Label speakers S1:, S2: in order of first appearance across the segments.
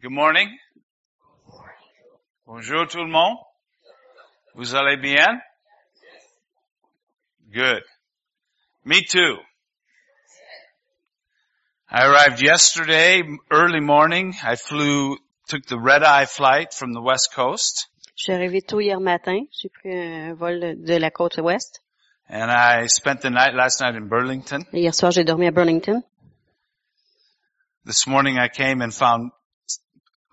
S1: Good morning. Bonjour tout le monde. Vous allez bien? Good. Me too. I arrived yesterday early morning. I flew, took the red eye flight from the west coast
S2: Je suis arrivée tôt hier matin. J'ai pris un vol de la côte ouest.
S1: and I spent the night last night in Burlington.
S2: Et Hier soir, j'ai dormi à Burlington.
S1: This morning I came and found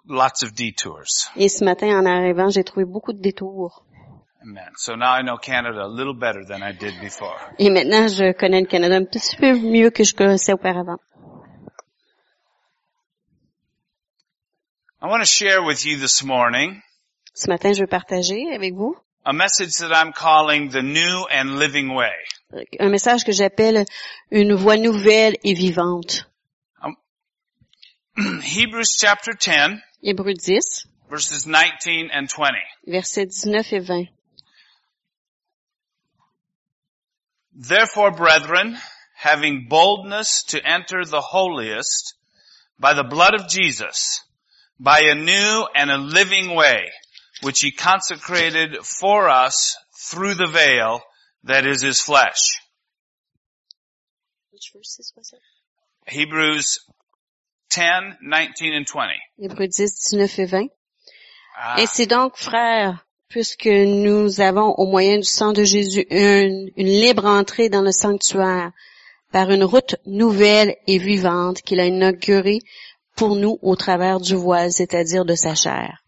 S1: lots of detours.
S2: Et ce matin, en arrivant, j'ai trouvé beaucoup de détours.
S1: Amen. So now I know Canada a little better than I did before.
S2: Et maintenant, je connais le Canada un petit peu mieux que je connaissais auparavant.
S1: I want to share with you this morning
S2: Ce matin, je veux partager avec vous
S1: a message that I'm calling the new and living way.
S2: un message que j'appelle une voix nouvelle et vivante.
S1: Um, Hebrews chapter 10
S2: Hébreux 10,
S1: verses 19 and 20.
S2: versets 19 et 20.
S1: Therefore, brethren, having boldness to enter the holiest by the blood of Jesus, by a new and a living way, which he consecrated for us through the veil that is his flesh. Hebrews 10, 19 and 20.
S2: Hébreux 10, 19 et 20.
S1: Ah,
S2: Ainsi donc, frères, puisque nous avons au moyen du sang de Jésus une, une libre entrée dans le sanctuaire par une route nouvelle et vivante qu'il a inaugurée pour nous au travers du voile, c'est-à-dire de sa chair.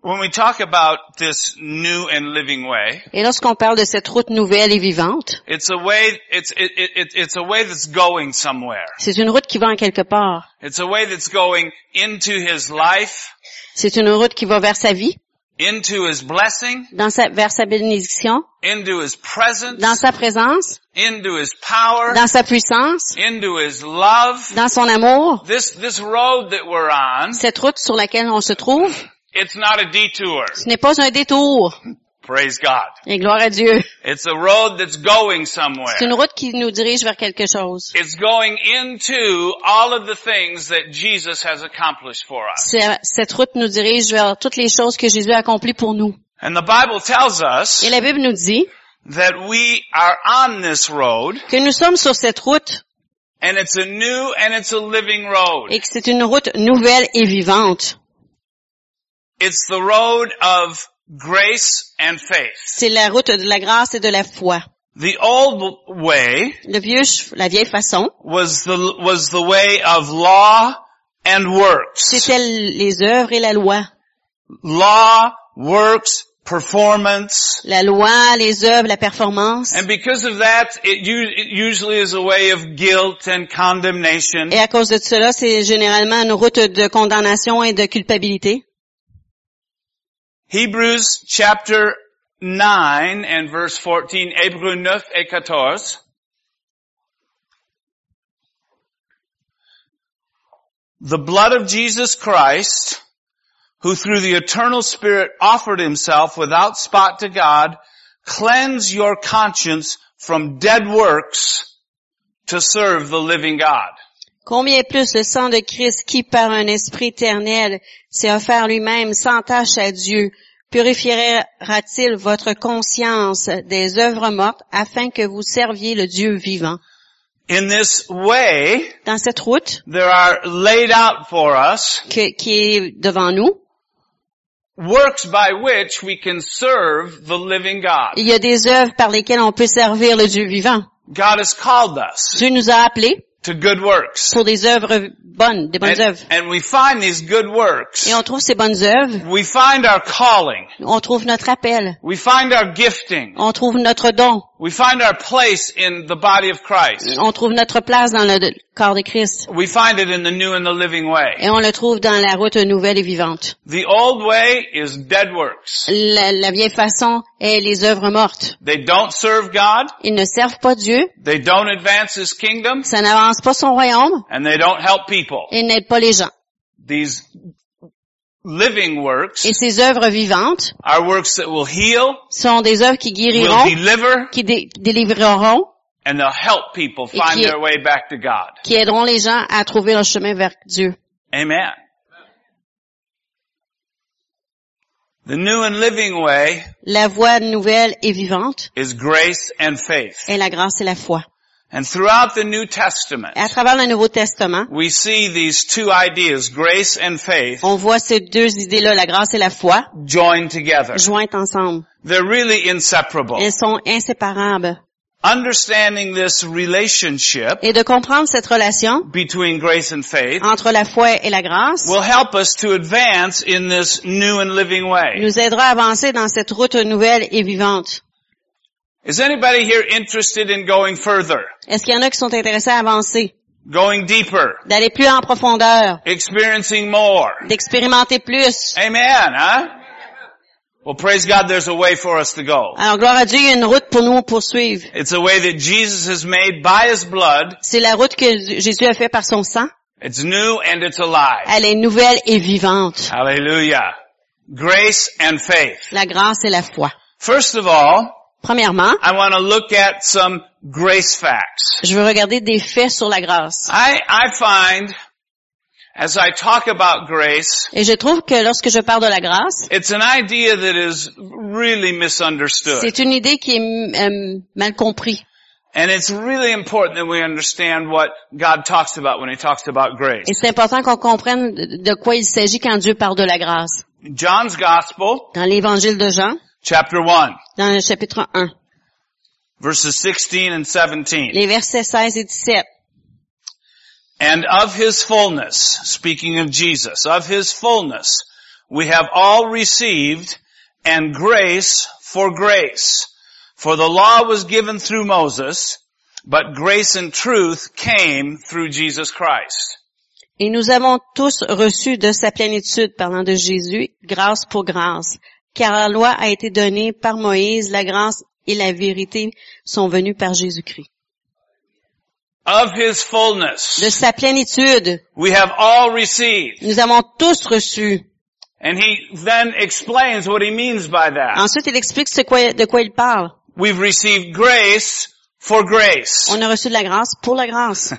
S1: when we talk about this new and living way,
S2: Et lorsqu'on parle de cette route nouvelle et vivante,
S1: it's a way, it's, it, it, it- it's a way that's going somewhere.
S2: c'est une route qui va en quelque part.
S1: It's a way that's going into his life,
S2: C'est une route qui va vers sa vie,
S1: into his blessing,
S2: dans sa- vers sa bénédiction,
S1: into his presence,
S2: dans sa présence,
S1: into his power,
S2: dans sa puissance,
S1: into his love.
S2: dans son amour.
S1: This, this road that we're on,
S2: Cette route sur laquelle on se trouve,
S1: it's not a detour.
S2: ce n'est pas un détour.
S1: Praise God.
S2: Et gloire à Dieu.
S1: It's a road that's going somewhere.
S2: C'est une route qui nous dirige vers quelque chose.
S1: It's going into all of the things that Jesus has accomplished for us.
S2: C'est- Cette route nous dirige vers toutes les choses que Jésus a accomplies pour nous.
S1: And the Bible tells us
S2: Et la Bible nous dit
S1: that we are on this road
S2: que nous sommes sur cette route
S1: and it's a new and it's a living road.
S2: et que c'est une route nouvelle et vivante.
S1: It's the road of grace and faith.
S2: C'est la route de la grâce et de la foi.
S1: The old way
S2: Le vieux, ch- la vieille façon,
S1: was the, was the way of law and works.
S2: c'était l- les œuvres et la loi.
S1: Law, works, performance.
S2: La loi, les œuvres, la performance.
S1: And because of that, it, u- it usually is a way of guilt and condemnation.
S2: Et à cause de cela, c'est généralement une route de condamnation et de culpabilité.
S1: Hebrews chapter 9 and verse 14, Hébreux 9 et 14. The blood of Jesus Christ, who through the eternal spirit offered himself without spot to God, cleanse your conscience from dead works to serve the living God.
S2: Combien plus le sang de Christ qui, par un esprit éternel, s'est offert lui-même sans tâche à Dieu, purifiera-t-il votre conscience des œuvres mortes afin que vous serviez le Dieu vivant?
S1: In this way,
S2: Dans cette route
S1: there are laid out for us
S2: que- qui est devant nous,
S1: works by which we can serve the living God.
S2: il y a des œuvres par lesquelles on peut servir le Dieu vivant.
S1: God has called us
S2: Dieu nous a appelés
S1: to good works.
S2: pour des œuvres bonnes, des bonnes
S1: And,
S2: œuvres.
S1: and we find these good works.
S2: Et on trouve ces bonnes œuvres,
S1: We find our calling.
S2: on trouve notre appel,
S1: We find our gifting.
S2: on trouve notre don,
S1: We find our place in the body of Christ.
S2: on trouve notre place dans le corps de Christ.
S1: We find it in the new and the living way.
S2: Et on le trouve dans la route nouvelle et vivante.
S1: The old way is dead works.
S2: La, la vieille façon est les œuvres mortes.
S1: They don't serve God.
S2: Ils ne servent pas Dieu,
S1: They don't advance His kingdom.
S2: ça n'avance pas son royaume,
S1: And they don't help people.
S2: et n'aide pas les gens.
S1: These living works
S2: Et ces œuvres vivantes
S1: are works that will heal,
S2: sont des œuvres qui
S1: will
S2: guériront,
S1: deliver,
S2: qui dé- délivreront
S1: and they'll help people
S2: Et
S1: find
S2: qui-
S1: their way back to God.
S2: qui aideront les gens à trouver leur chemin vers Dieu.
S1: Amen. The new and living way
S2: La voie nouvelle et vivante
S1: is grace and faith.
S2: est la grâce et la foi.
S1: And throughout the New Testament,
S2: Et à travers le Nouveau Testament,
S1: we see these two ideas, grace and faith,
S2: on voit ces deux idées-là, la grâce et la foi,
S1: joined together.
S2: jointes ensemble.
S1: They're really inseparable.
S2: Elles sont inséparables.
S1: Understanding this relationship
S2: Et de comprendre cette relation
S1: between grace and faith
S2: entre la foi et la grâce
S1: will help us to advance in this new and living way.
S2: nous aidera à avancer dans cette route nouvelle et vivante.
S1: Is anybody here interested in going further,
S2: Est-ce qu'il y en a qui sont intéressés à avancer,
S1: going deeper,
S2: d'aller plus en profondeur,
S1: experiencing more?
S2: d'expérimenter plus?
S1: Amen, huh? Well, praise God, there's a way for us to go.
S2: Alors, gloire à Dieu, il y a une route pour nous poursuivre.
S1: It's a way that Jesus has made by His blood.
S2: C'est la route que Jésus a fait par son sang.
S1: It's new and it's alive.
S2: Elle est nouvelle et vivante.
S1: Hallelujah. Grace and faith.
S2: La grâce et la foi.
S1: First of all,
S2: Premièrement,
S1: I want to look at some grace facts.
S2: je veux regarder des faits sur la grâce.
S1: I, I find, as I talk about grace,
S2: Et je trouve que lorsque je parle de la grâce,
S1: it's an idea that is really misunderstood.
S2: c'est une idée qui est euh, mal comprise.
S1: And it's really important that we understand what God talks about when He talks about grace.
S2: Et c'est important qu'on comprenne de quoi il s'agit quand Dieu parle de la grâce.
S1: John's Gospel,
S2: Dans l'évangile de Jean,
S1: chapter 1,
S2: dans le chapitre 1,
S1: verses 16 and 17.
S2: les versets 16 et 17.
S1: And of his fullness, speaking of Jesus, of his fullness, we have all received and grace for grace. For the law was given through Moses, but grace and truth came through Jesus Christ.
S2: Et nous avons tous reçu de sa plénitude, parlant de Jésus, grâce pour grâce. Car la loi a été donnée par Moïse, la grâce et la vérité sont venues par Jésus-Christ.
S1: Of his
S2: De
S1: fullness,
S2: sa plénitude,
S1: we have all received.
S2: nous avons tous reçu.
S1: And he then explains what he means by that.
S2: Ensuite, il explique ce quoi- de quoi il parle.
S1: We've received grace for grace.
S2: On a reçu de la grâce pour la grâce.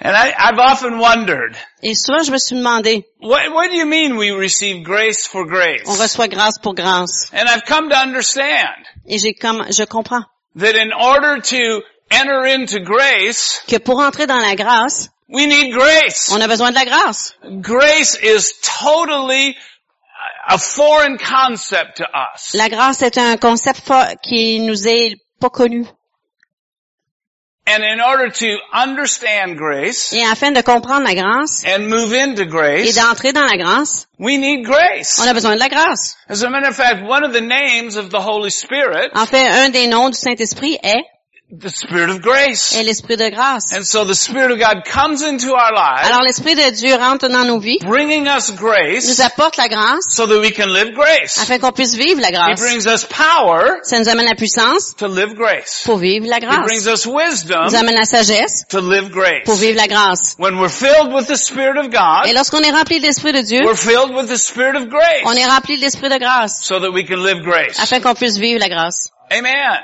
S1: And I, I've often wondered,
S2: Et souvent, je me suis demandé,
S1: what, what do you mean we receive grace for grace?
S2: on reçoit grâce pour grâce.
S1: And I've come to understand
S2: Et j'ai comme, je comprends
S1: that in order to enter into grace,
S2: que pour entrer dans la grâce,
S1: we need grace.
S2: on a besoin de la grâce.
S1: Grace is totally a foreign concept to us.
S2: La grâce est un concept fort qui nous est pas connu.
S1: And in order to understand grace
S2: Et afin de comprendre la grâce
S1: and move into
S2: et
S1: grace,
S2: d'entrer dans la grâce,
S1: we need grace.
S2: on a Ah- besoin de la grâce.
S1: As a matter of fact, one of the names of the Holy Spirit,
S2: En fait, un des noms du Saint-Esprit est,
S1: the Spirit of grace.
S2: est l'Esprit de grâce.
S1: And so the Spirit of God comes into our lives,
S2: Alors l'Esprit de Dieu rentre dans nos vies,
S1: bringing us grace
S2: nous apporte la grâce
S1: so that we can live grace.
S2: afin qu'on puisse vivre la
S1: He
S2: grâce.
S1: brings us power
S2: Ça nous amène la puissance
S1: to live grace.
S2: pour vivre la
S1: He brings
S2: grâce.
S1: us wisdom
S2: Nous amène la sagesse
S1: to live
S2: pour
S1: grace.
S2: vivre la grâce.
S1: When we're filled with the Spirit of God,
S2: Et lorsqu'on est rempli de l'Esprit de Dieu,
S1: we're filled with the Spirit of
S2: on est
S1: grace
S2: rempli de l'Esprit de grâce
S1: so that we can live grace.
S2: afin qu'on puisse vivre la grâce.
S1: Amen.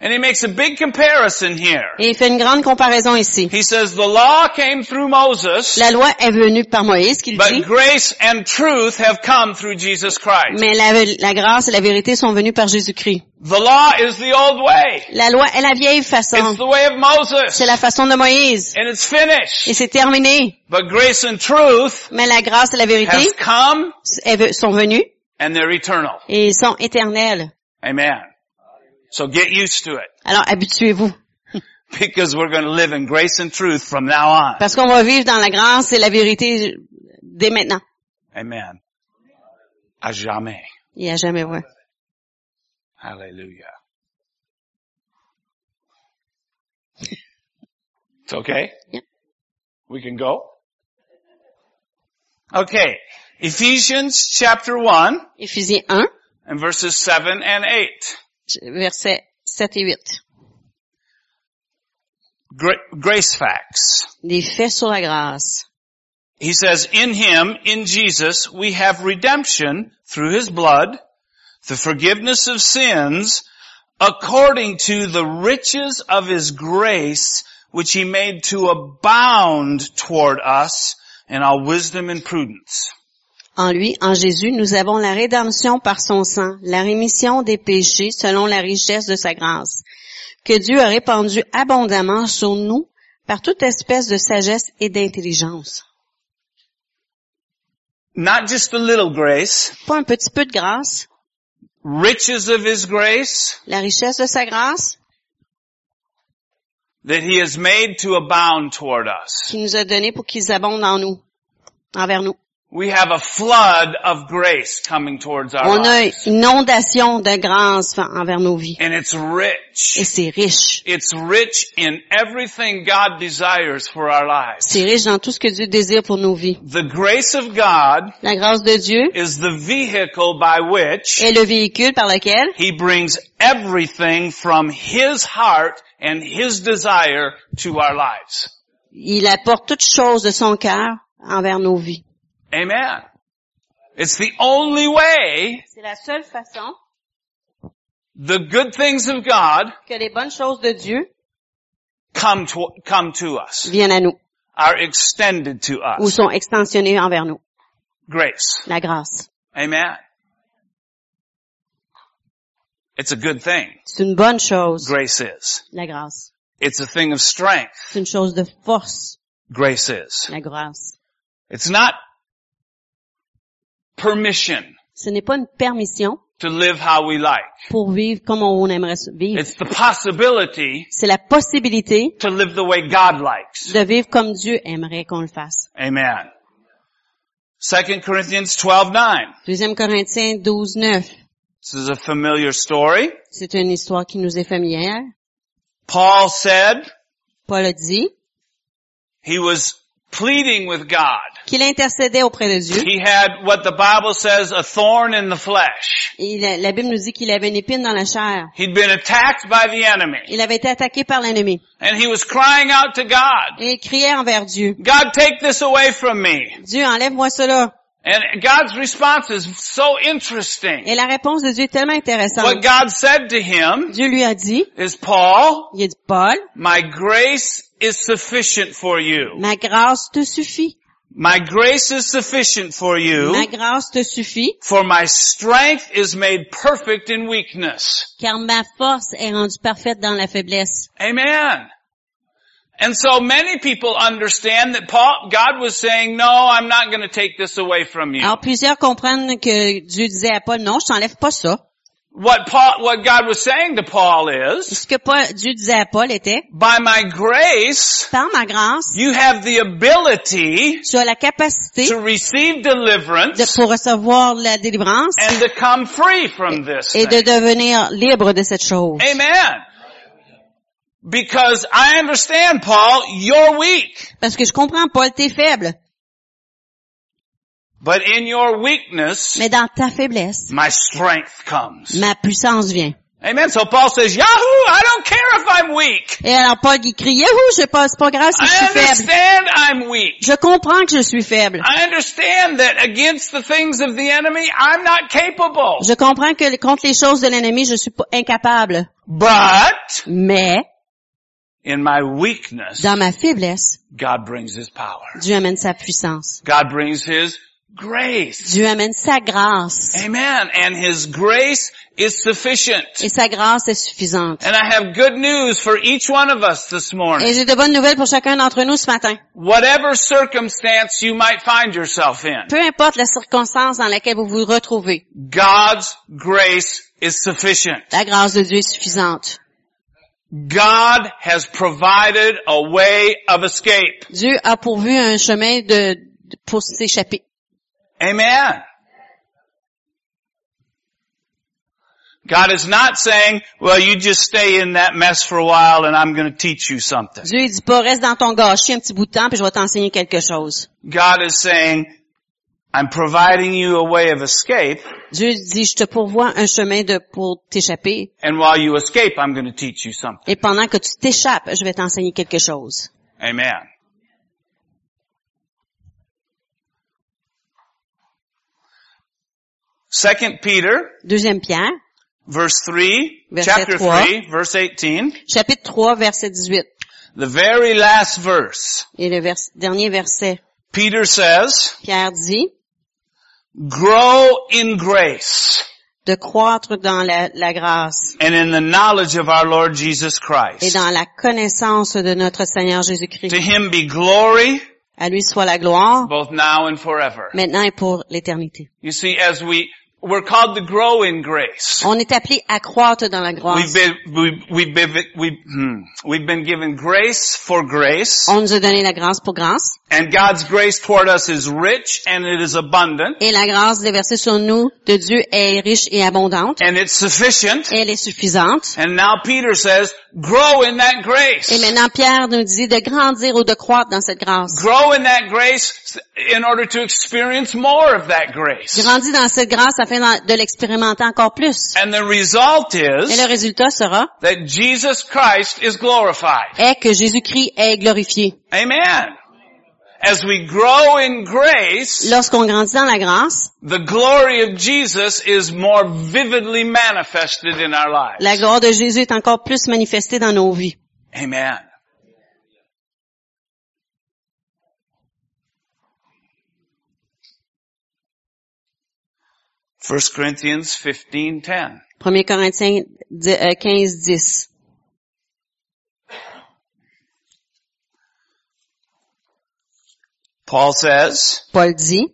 S1: And he makes a big comparison here.
S2: Et il fait une grande comparaison ici.
S1: He says the law came through Moses,
S2: La loi est venue par Moïse, qu'il
S1: but
S2: dit,
S1: grace and truth have come through Jesus Christ.
S2: mais la, la grâce et la vérité sont venues par Jésus-Christ.
S1: The law is the old way.
S2: La loi est la vieille façon.
S1: It's the way of Moses.
S2: C'est la façon de Moïse.
S1: And it's finished.
S2: Et c'est terminé.
S1: But grace and truth
S2: Mais la grâce et la vérité
S1: have come
S2: elles sont venues
S1: and they're eternal.
S2: et elles sont éternelles.
S1: Amen. So get used to it
S2: Alors habituez-vous.
S1: because we're going to live in grace and truth from now on.
S2: Parce qu'on va vivre dans la grâce et la vérité dès maintenant.
S1: Amen. A jamais.
S2: Il n'y a jamais vrai.
S1: Hallelujah. It's okay.
S2: Yep.
S1: We can go. Okay. Ephesians chapter 1
S2: Éphésiens 1,
S1: and verses 7 and 8.
S2: versets 7 et 8.
S1: Gra- grace facts.
S2: Des faits sur la grâce.
S1: He says, in him, in Jesus, we have redemption through his blood, the forgiveness of sins according to the riches of his grace, which he made to abound toward us in all wisdom and prudence.
S2: En lui, en Jésus, nous avons la rédemption par son sang, la rémission des péchés selon la richesse de sa grâce, que Dieu a répandue abondamment sur nous par toute espèce de sagesse et d'intelligence.
S1: Not just a little grace,
S2: Pas un petit peu de grâce,
S1: riches of his grace
S2: la richesse de sa grâce
S1: that he has made to abound toward us.
S2: qu'il nous a donnée pour qu'ils abondent en nous, envers nous.
S1: We have a flood of grace coming towards our
S2: On a
S1: lives.
S2: une inondation de grâce envers nos vies.
S1: And it's
S2: Et
S1: rich.
S2: c'est riche.
S1: It's rich in everything God desires for our lives.
S2: C'est riche dans tout ce que Dieu désire pour nos vies.
S1: The grace of God
S2: La grâce de Dieu
S1: is the vehicle by which
S2: est le véhicule par lequel
S1: He brings everything from His heart and His desire to our lives.
S2: il apporte toutes choses de son cœur envers nos vies.
S1: Amen. It's the only way
S2: C'est la seule façon
S1: the good things of God
S2: que les bonnes choses de Dieu
S1: come to, come to us,
S2: viennent à nous
S1: are extended to
S2: ou
S1: us.
S2: sont extensionnées envers nous.
S1: Grace.
S2: La grâce.
S1: Amen. It's a good thing.
S2: C'est une bonne chose,
S1: Grace is.
S2: la grâce.
S1: It's a thing of strength.
S2: C'est une chose de force,
S1: Grace is.
S2: la grâce.
S1: It's not permission
S2: Ce n'est pas une permission
S1: to live how we like.
S2: pour vivre comme on aimerait vivre.
S1: It's the possibility
S2: C'est la possibilité
S1: to live the way God likes.
S2: de vivre comme Dieu aimerait qu'on le fasse.
S1: Amen. 2 Corinthians 12:9.
S2: 2 Corinthiens 12, 9.
S1: This is a familiar story.
S2: C'est une histoire qui nous est familière.
S1: Paul said
S2: Paul a dit
S1: he was pleading with God.
S2: qu'il intercédait auprès de Dieu.
S1: He had what the Bible says a thorn in the flesh.
S2: Et la, la Bible nous dit qu'il avait une épine dans la chair.
S1: He'd been attacked by the enemy
S2: Il avait été attaqué par l'ennemi.
S1: and he was crying out to God,
S2: Et il criait envers Dieu.
S1: God take this away from me.
S2: Dieu, enlève-moi cela.
S1: And God's response is so interesting.
S2: Et la réponse de Dieu est tellement
S1: What
S2: intéressante.
S1: God said to him
S2: Dieu lui a dit,
S1: is, Paul,
S2: il a dit, Paul,
S1: My grace is sufficient for you.
S2: ma grâce te suffit.
S1: My grace is sufficient for
S2: Ma
S1: you,
S2: grâce te suffit,
S1: for my strength is made perfect in weakness.
S2: car ma force est rendue parfaite dans la faiblesse.
S1: Amen. And so many people understand that Paul, God was saying, no, I'm not going to take this away from you.
S2: Alors plusieurs comprennent que Dieu disait à Paul, non, je t'enlève pas ça.
S1: What Paul, what God was saying to Paul is,
S2: Ce que Paul- Dieu disait à Paul était,
S1: by my grace,
S2: par ma grâce,
S1: you have the ability
S2: tu as la capacité
S1: to receive deliverance
S2: de, pour recevoir la délivrance
S1: and to come free from this.
S2: et
S1: thing."
S2: de devenir libre de cette chose.
S1: Amen. Because I understand, Paul, you're weak.
S2: Parce que je comprends, Paul, t'es faible,
S1: But in your weakness,
S2: mais dans ta faiblesse,
S1: my strength comes.
S2: ma puissance vient.
S1: Amen. So Paul says, Yahoo, I don't care if I'm weak.
S2: Et alors Paul, il crie, Yahoo, je passe pas grave si je
S1: I
S2: suis faible.
S1: understand I'm weak.
S2: Je comprends que je suis faible.
S1: I understand that against the things of the enemy, I'm not capable.
S2: Je comprends que contre les choses de l'ennemi, je suis pas incapable.
S1: But
S2: Mais,
S1: in my weakness,
S2: dans ma faiblesse,
S1: God brings His power.
S2: Dieu amène sa puissance.
S1: God brings His grace.
S2: Dieu amène sa grâce.
S1: Amen. And His grace is sufficient.
S2: Et sa grâce est suffisante.
S1: And I have good news for each one of us this
S2: Et
S1: morning.
S2: j'ai de bonnes nouvelles pour chacun d'entre nous ce matin.
S1: Whatever circumstance you might find yourself in,
S2: Peu importe la circonstance dans laquelle vous vous retrouvez,
S1: God's grace is sufficient.
S2: la grâce de Dieu est suffisante.
S1: God has provided a way of escape.
S2: Dieu a pourvu un chemin de, de- pour s'échapper.
S1: Amen. God is not saying, well, you just stay in that mess for a while and I'm going to teach you something.
S2: Dieu il dit pas reste dans ton gâchis un petit bout de temps puis je vais t'enseigner quelque chose.
S1: God is saying, I'm providing you a way of escape
S2: Dieu dit je te pourvois un chemin de pour t'échapper
S1: and while you escape, I'm going to teach you something.
S2: et pendant que tu t'échappes, je vais t'enseigner quelque chose.
S1: Amen. Second Peter
S2: Deuxième Pierre
S1: verse 3,
S2: Verset
S1: chapter
S2: trois.
S1: 3, verse 18,
S2: chapitre 3, verset 18,
S1: the very last verse,
S2: et le vers- dernier verset.
S1: Peter says,
S2: Pierre dit
S1: grow in grace
S2: de croître dans la, la grâce
S1: and in the knowledge of our Lord Jesus
S2: et
S1: Christ.
S2: dans la connaissance de notre Seigneur
S1: To
S2: Jésus-Christ.
S1: him be glory,
S2: À lui soit la gloire,
S1: both now and forever.
S2: maintenant et pour l'éternité.
S1: You see, as we, we're called to grow in grace.
S2: On est appelé à croître dans la
S1: We've
S2: grâce.
S1: been, we, we've been, we, hmm, we've been given grace for grace,
S2: On nous a donné la grâce pour grâce
S1: and God's grace toward us is rich and it is abundant,
S2: et la grâce déversée sur nous de Dieu est riche et abondante.
S1: and it's sufficient.
S2: Elle est suffisante.
S1: And now Peter says, grow in that grace.
S2: Et maintenant, Pierre nous dit de grandir ou de croître dans cette grâce.
S1: Grow in that grace in order to experience more of that grace.
S2: Grandis dans cette grâce afin d'en- de l'expérimenter encore plus.
S1: And the result
S2: Et le
S1: is
S2: résultat sera
S1: that Jesus Christ is glorified.
S2: est que Jésus-Christ est glorifié.
S1: Amen. As we grow in grace,
S2: Lorsqu'on grandit dans la grâce,
S1: the glory of Jesus is more vividly manifested in our lives.
S2: la gloire de Jésus est encore plus manifestée dans nos vies.
S1: Amen. First Corinthians 15:10.
S2: 1 Corinthiens dix- euh, 15, 10.
S1: Paul says,
S2: Paul dit,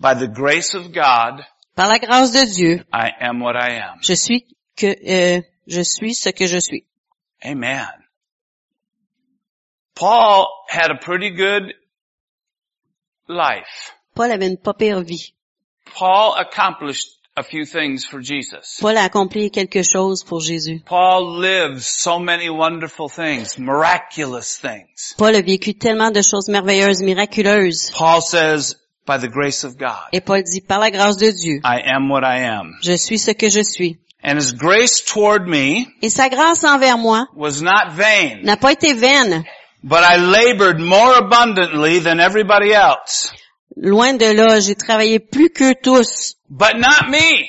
S1: By the grace of God,
S2: par la grâce de Dieu,
S1: I am what I am.
S2: je suis que, euh, je suis ce que je suis.
S1: Amen. Paul had a pretty good life.
S2: Paul avait une pas pire vie.
S1: Paul accomplished a few things for Jesus.
S2: Paul a accompli quelque chose pour Jésus.
S1: Paul lived so many wonderful things, miraculous things.
S2: Paul a vécu tellement de choses merveilleuses, miraculeuses.
S1: Paul says, by the grace of God,
S2: Et Paul dit, par la grâce de Dieu,
S1: I am what I am.
S2: je suis ce que je suis.
S1: And his grace toward me
S2: Et sa grâce envers moi
S1: was not vain,
S2: n'a pas été vaine,
S1: but I labored more abundantly than everybody else.
S2: loin de là, j'ai travaillé plus qu'eux tous.
S1: But not me.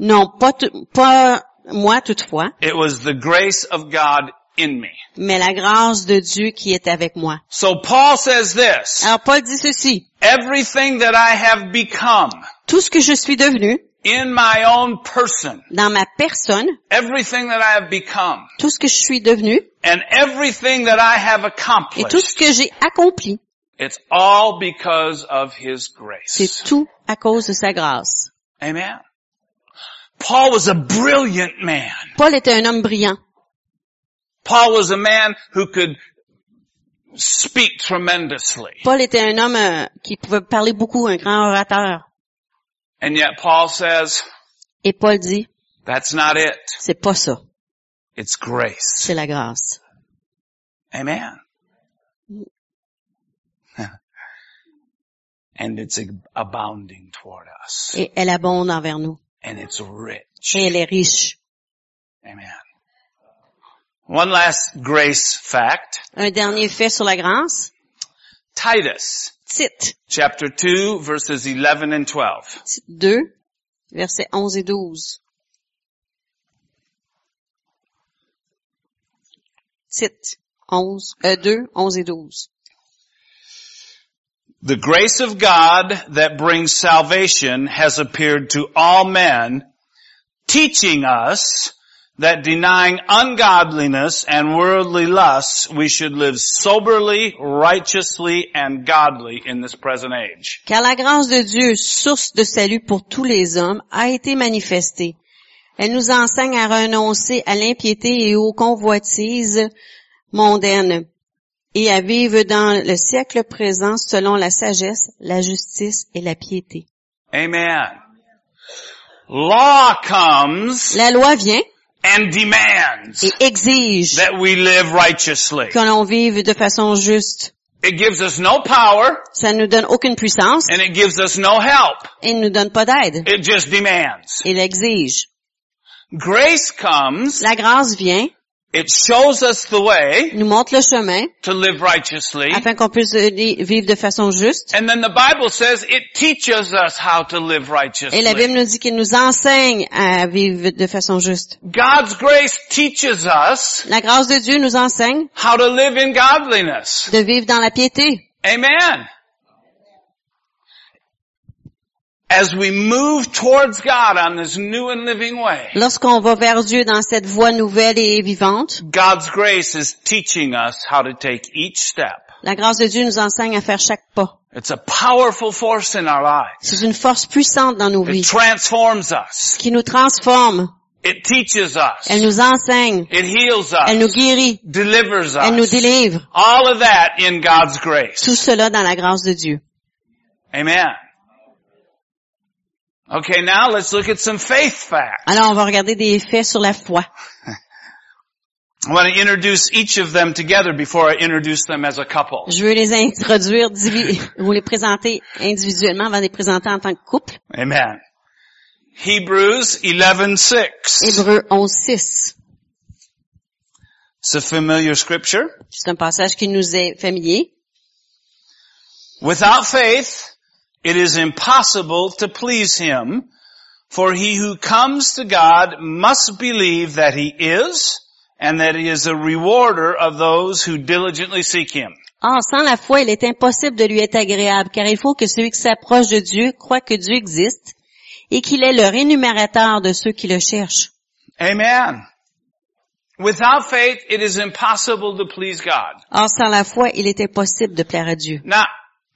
S2: Non, pas, tout- pas moi toutefois,
S1: It was the grace of God in me.
S2: mais la grâce de Dieu qui est avec moi.
S1: So Paul says this,
S2: Alors Paul dit ceci,
S1: everything that I have become
S2: tout ce que je suis devenu
S1: in my own person,
S2: dans ma personne,
S1: everything that I have become
S2: tout ce que je suis devenu
S1: and everything that I have
S2: et tout ce
S1: accomplished,
S2: que j'ai accompli,
S1: it's all because of His
S2: c'est
S1: grace.
S2: tout à cause de sa grâce.
S1: Amen. Paul was a brilliant man.
S2: Paul était un homme brillant.
S1: Paul was a man who could speak tremendously.
S2: Paul était un homme euh, qui pouvait parler beaucoup, un grand orateur.
S1: And yet Paul says,
S2: Et Paul dit,
S1: that's not it.
S2: c'est pas ça,
S1: It's grace.
S2: c'est la grâce.
S1: Amen. and it's ab- abounding toward us.
S2: Et elle abonde envers nous.
S1: And it's rich.
S2: Et elle est riche.
S1: Amen. One last grace fact.
S2: Un dernier fait sur la grâce.
S1: Titus
S2: Tite,
S1: chapter 2 verses 11 and 12.
S2: Tite 2, versets 11 et 12. Tite 11, euh, 2, 11 et 12.
S1: The grace of God that brings salvation has appeared to all men, teaching us that denying ungodliness and worldly lusts, we should live soberly, righteously, and godly in this present age.
S2: Car la grâce de Dieu, source de salut pour tous les hommes, a été manifestée. Elle nous enseigne à renoncer à l'impiété et aux convoitises mondaines et à vivre dans le siècle présent selon la sagesse, la justice et la piété.
S1: Amen. Law comes
S2: La loi vient
S1: and demands
S2: et exige
S1: that we live righteously.
S2: que l'on vive de façon juste.
S1: It gives us no power
S2: Ça ne nous donne aucune puissance
S1: and it gives us no help.
S2: et ne nous donne pas d'aide.
S1: It just demands.
S2: Il exige.
S1: Grace comes
S2: La grâce vient
S1: It shows us the way
S2: nous montre le chemin
S1: to live righteously.
S2: afin qu'on puisse li- vivre de façon juste.
S1: And then the Bible says it teaches us how to live
S2: Et la
S1: righteously.
S2: Bible nous dit qu'il nous enseigne à vivre de façon juste.
S1: God's grace teaches us
S2: La grâce de Dieu nous enseigne
S1: how to live in godliness.
S2: de vivre dans la piété.
S1: Amen. As we move towards God on this new and living way,
S2: Lorsqu'on va vers Dieu dans cette voie nouvelle et vivante,
S1: God's grace is teaching us how to take each step.
S2: la grâce de Dieu nous enseigne à faire chaque pas.
S1: It's a powerful force in our lives.
S2: C'est une force puissante dans nos
S1: It
S2: vies
S1: transforms us.
S2: qui nous transforme.
S1: It teaches us.
S2: Elle nous enseigne.
S1: It heals
S2: Elle nous
S1: us.
S2: guérit.
S1: Delivers
S2: Elle nous
S1: us.
S2: délivre.
S1: All of that in God's
S2: Tout
S1: grace.
S2: cela dans la grâce de Dieu.
S1: Amen. Okay, now let's look at some faith facts.
S2: Alors, on va regarder des faits sur la foi.
S1: I want to introduce each of them together before I introduce them as a couple.
S2: Je veux les introduire, divi- ou les présenter individuellement avant de les présenter en tant que couple.
S1: Amen. Hebrews 11:6.
S2: Hébreux 11, 6.
S1: It's a familiar scripture.
S2: C'est un passage qui nous est familier.
S1: Without faith, it is impossible to please him, for he who comes to God must believe that he is, and that he is a rewarder of those who diligently seek him.
S2: Or, sans la foi, il est impossible de lui être agréable, car il faut que celui qui s'approche de Dieu croit que Dieu existe et qu'il est le rémunérateur de ceux qui le cherchent.
S1: Amen. Without faith, it is impossible to please God.
S2: Or, sans la foi, il est impossible de plaire à Dieu.
S1: Now,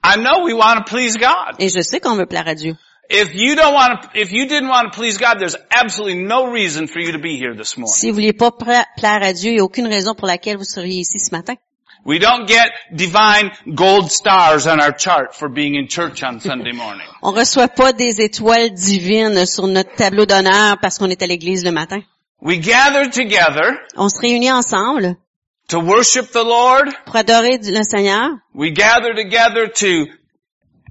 S1: I know we want to please God.
S2: Et je sais qu'on veut plaire à Dieu.
S1: If you don't want to, if you didn't want to please God, there's absolutely no reason for you to be here this morning.
S2: Si vous vouliez pas pra- plaire à Dieu, il n'y a aucune raison pour laquelle vous seriez ici ce matin.
S1: We don't get divine gold stars on our chart for being in church on Sunday morning.
S2: On reçoit pas des étoiles divines sur notre tableau d'honneur parce qu'on est à l'église le matin.
S1: We gather together
S2: On se réunit ensemble
S1: to worship the Lord.
S2: pour adorer le Seigneur.
S1: We gather together to